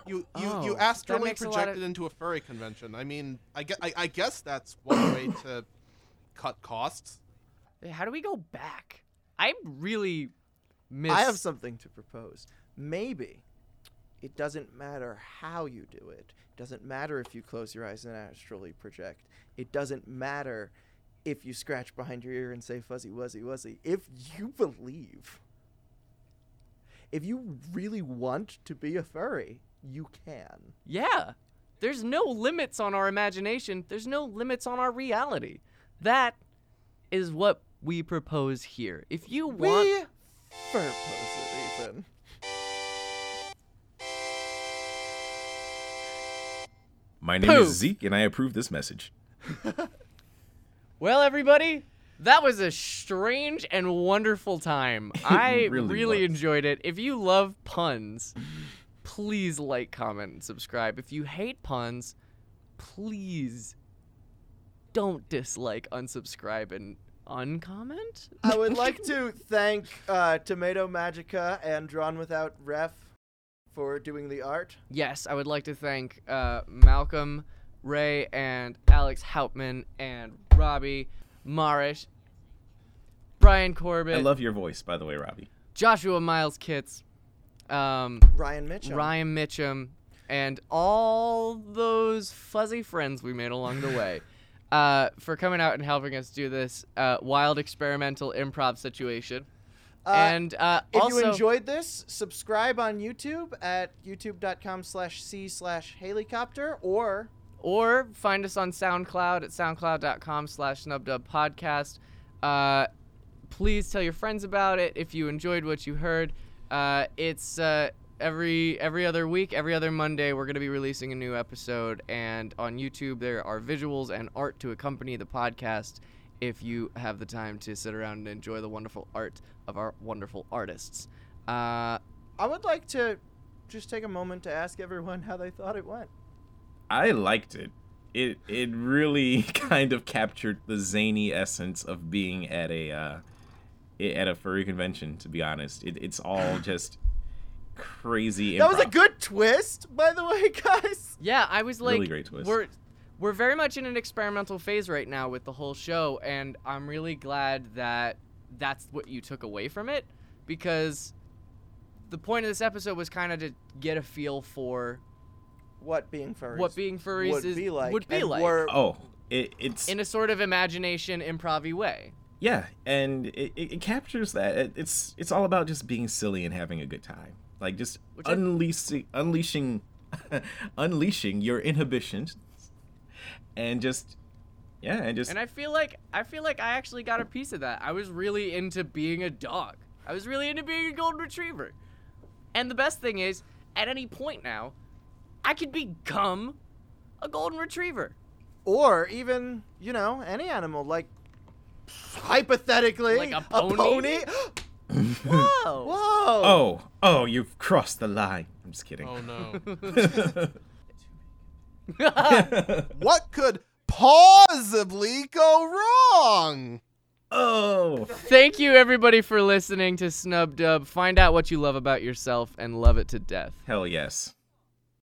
D: You you you
A: Oh, that
D: astrally
A: makes a lot of-
D: projected into a furry convention. I mean, I guess, I, I guess that's one way to cut costs.
A: How do we go back? I really miss.
B: I have something to propose. Maybe it doesn't matter how you do it. It doesn't matter if you close your eyes and astrally project. It doesn't matter if you scratch behind your ear and say fuzzy wuzzy wuzzy. If you believe, if you really want to be a furry, you can.
A: Yeah. There's no limits on our imagination. There's no limits on our reality. That is what we propose here. If you want
B: We furpose it even.
C: My name
A: Poof.
C: is Zeke, and I approve this message.
A: Well, everybody, that was a strange and wonderful time. I really,
C: really was.
A: enjoyed it. If you love puns, please like, comment, and subscribe. If you hate puns, please don't dislike, unsubscribe, and uncomment.
B: I would like to thank uh, Tomato Magica and Drawn Without Ref for doing the art.
A: Yes, I would like to thank uh, Malcolm, Ray, and Alex Hauptman, and Robbie, Marish, Brian Corbett,
C: I love your voice, by the way, Robbie.
A: Joshua Miles Kitts. Um,
B: Ryan Mitchell.
A: Ryan Mitchum, and all those fuzzy friends we made along the way uh, for coming out and helping us do this uh, wild experimental improv situation.
B: Uh,
A: and uh,
B: if
A: also,
B: you enjoyed this, subscribe on YouTube at youtube.com slash C slash helicopter or
A: or find us on SoundCloud at soundcloud.com slash snubdubpodcast. Uh, please tell your friends about it if you enjoyed what you heard. Uh, it's uh, every every other week, every other Monday, we're going to be releasing a new episode. And on YouTube, there are visuals and art to accompany the podcast if you have the time to sit around and enjoy the wonderful art of our wonderful artists. Uh,
B: I would like to just take a moment to ask everyone how they thought it went.
C: I liked it. It it really kind of captured the zany essence of being at a uh, i- at a furry convention. To be honest, it, it's all just crazy.
B: That was a
C: improv.
B: good twist, by the way, guys.
A: Yeah, I was like,
C: Really great twist.
A: we're we're very much in an experimental phase right now with the whole show, and I'm really glad that that's what you took away from it, because the point of this episode was kind of to get a feel for
B: What being furries
A: what being furries
B: would
A: is
B: be like.
A: would be
B: and
A: like
B: were-
C: Oh, it, it's
A: in a sort of imagination improv way.
C: yeah, and it, it, it captures that. It, it's it's all about just being silly and having a good time, like just
A: Which I-
C: unleashing unleashing unleashing your inhibitions, and just yeah, and just
A: And I feel like I feel like I actually got a piece of that. I was really into being a dog. I was really into being a golden retriever. And the best thing is, at any point now, I could become a golden retriever.
B: or even you know any animal like hypothetically
A: Like a pony? Whoa!
B: whoa
C: oh oh you've crossed the line. I'm just kidding.
D: Oh no.
A: oh
D: what could possibly go wrong?
C: oh.
A: Thank you everybody for listening to Snub Dub. Find out what you love about yourself and love it to death.
C: Hell yes.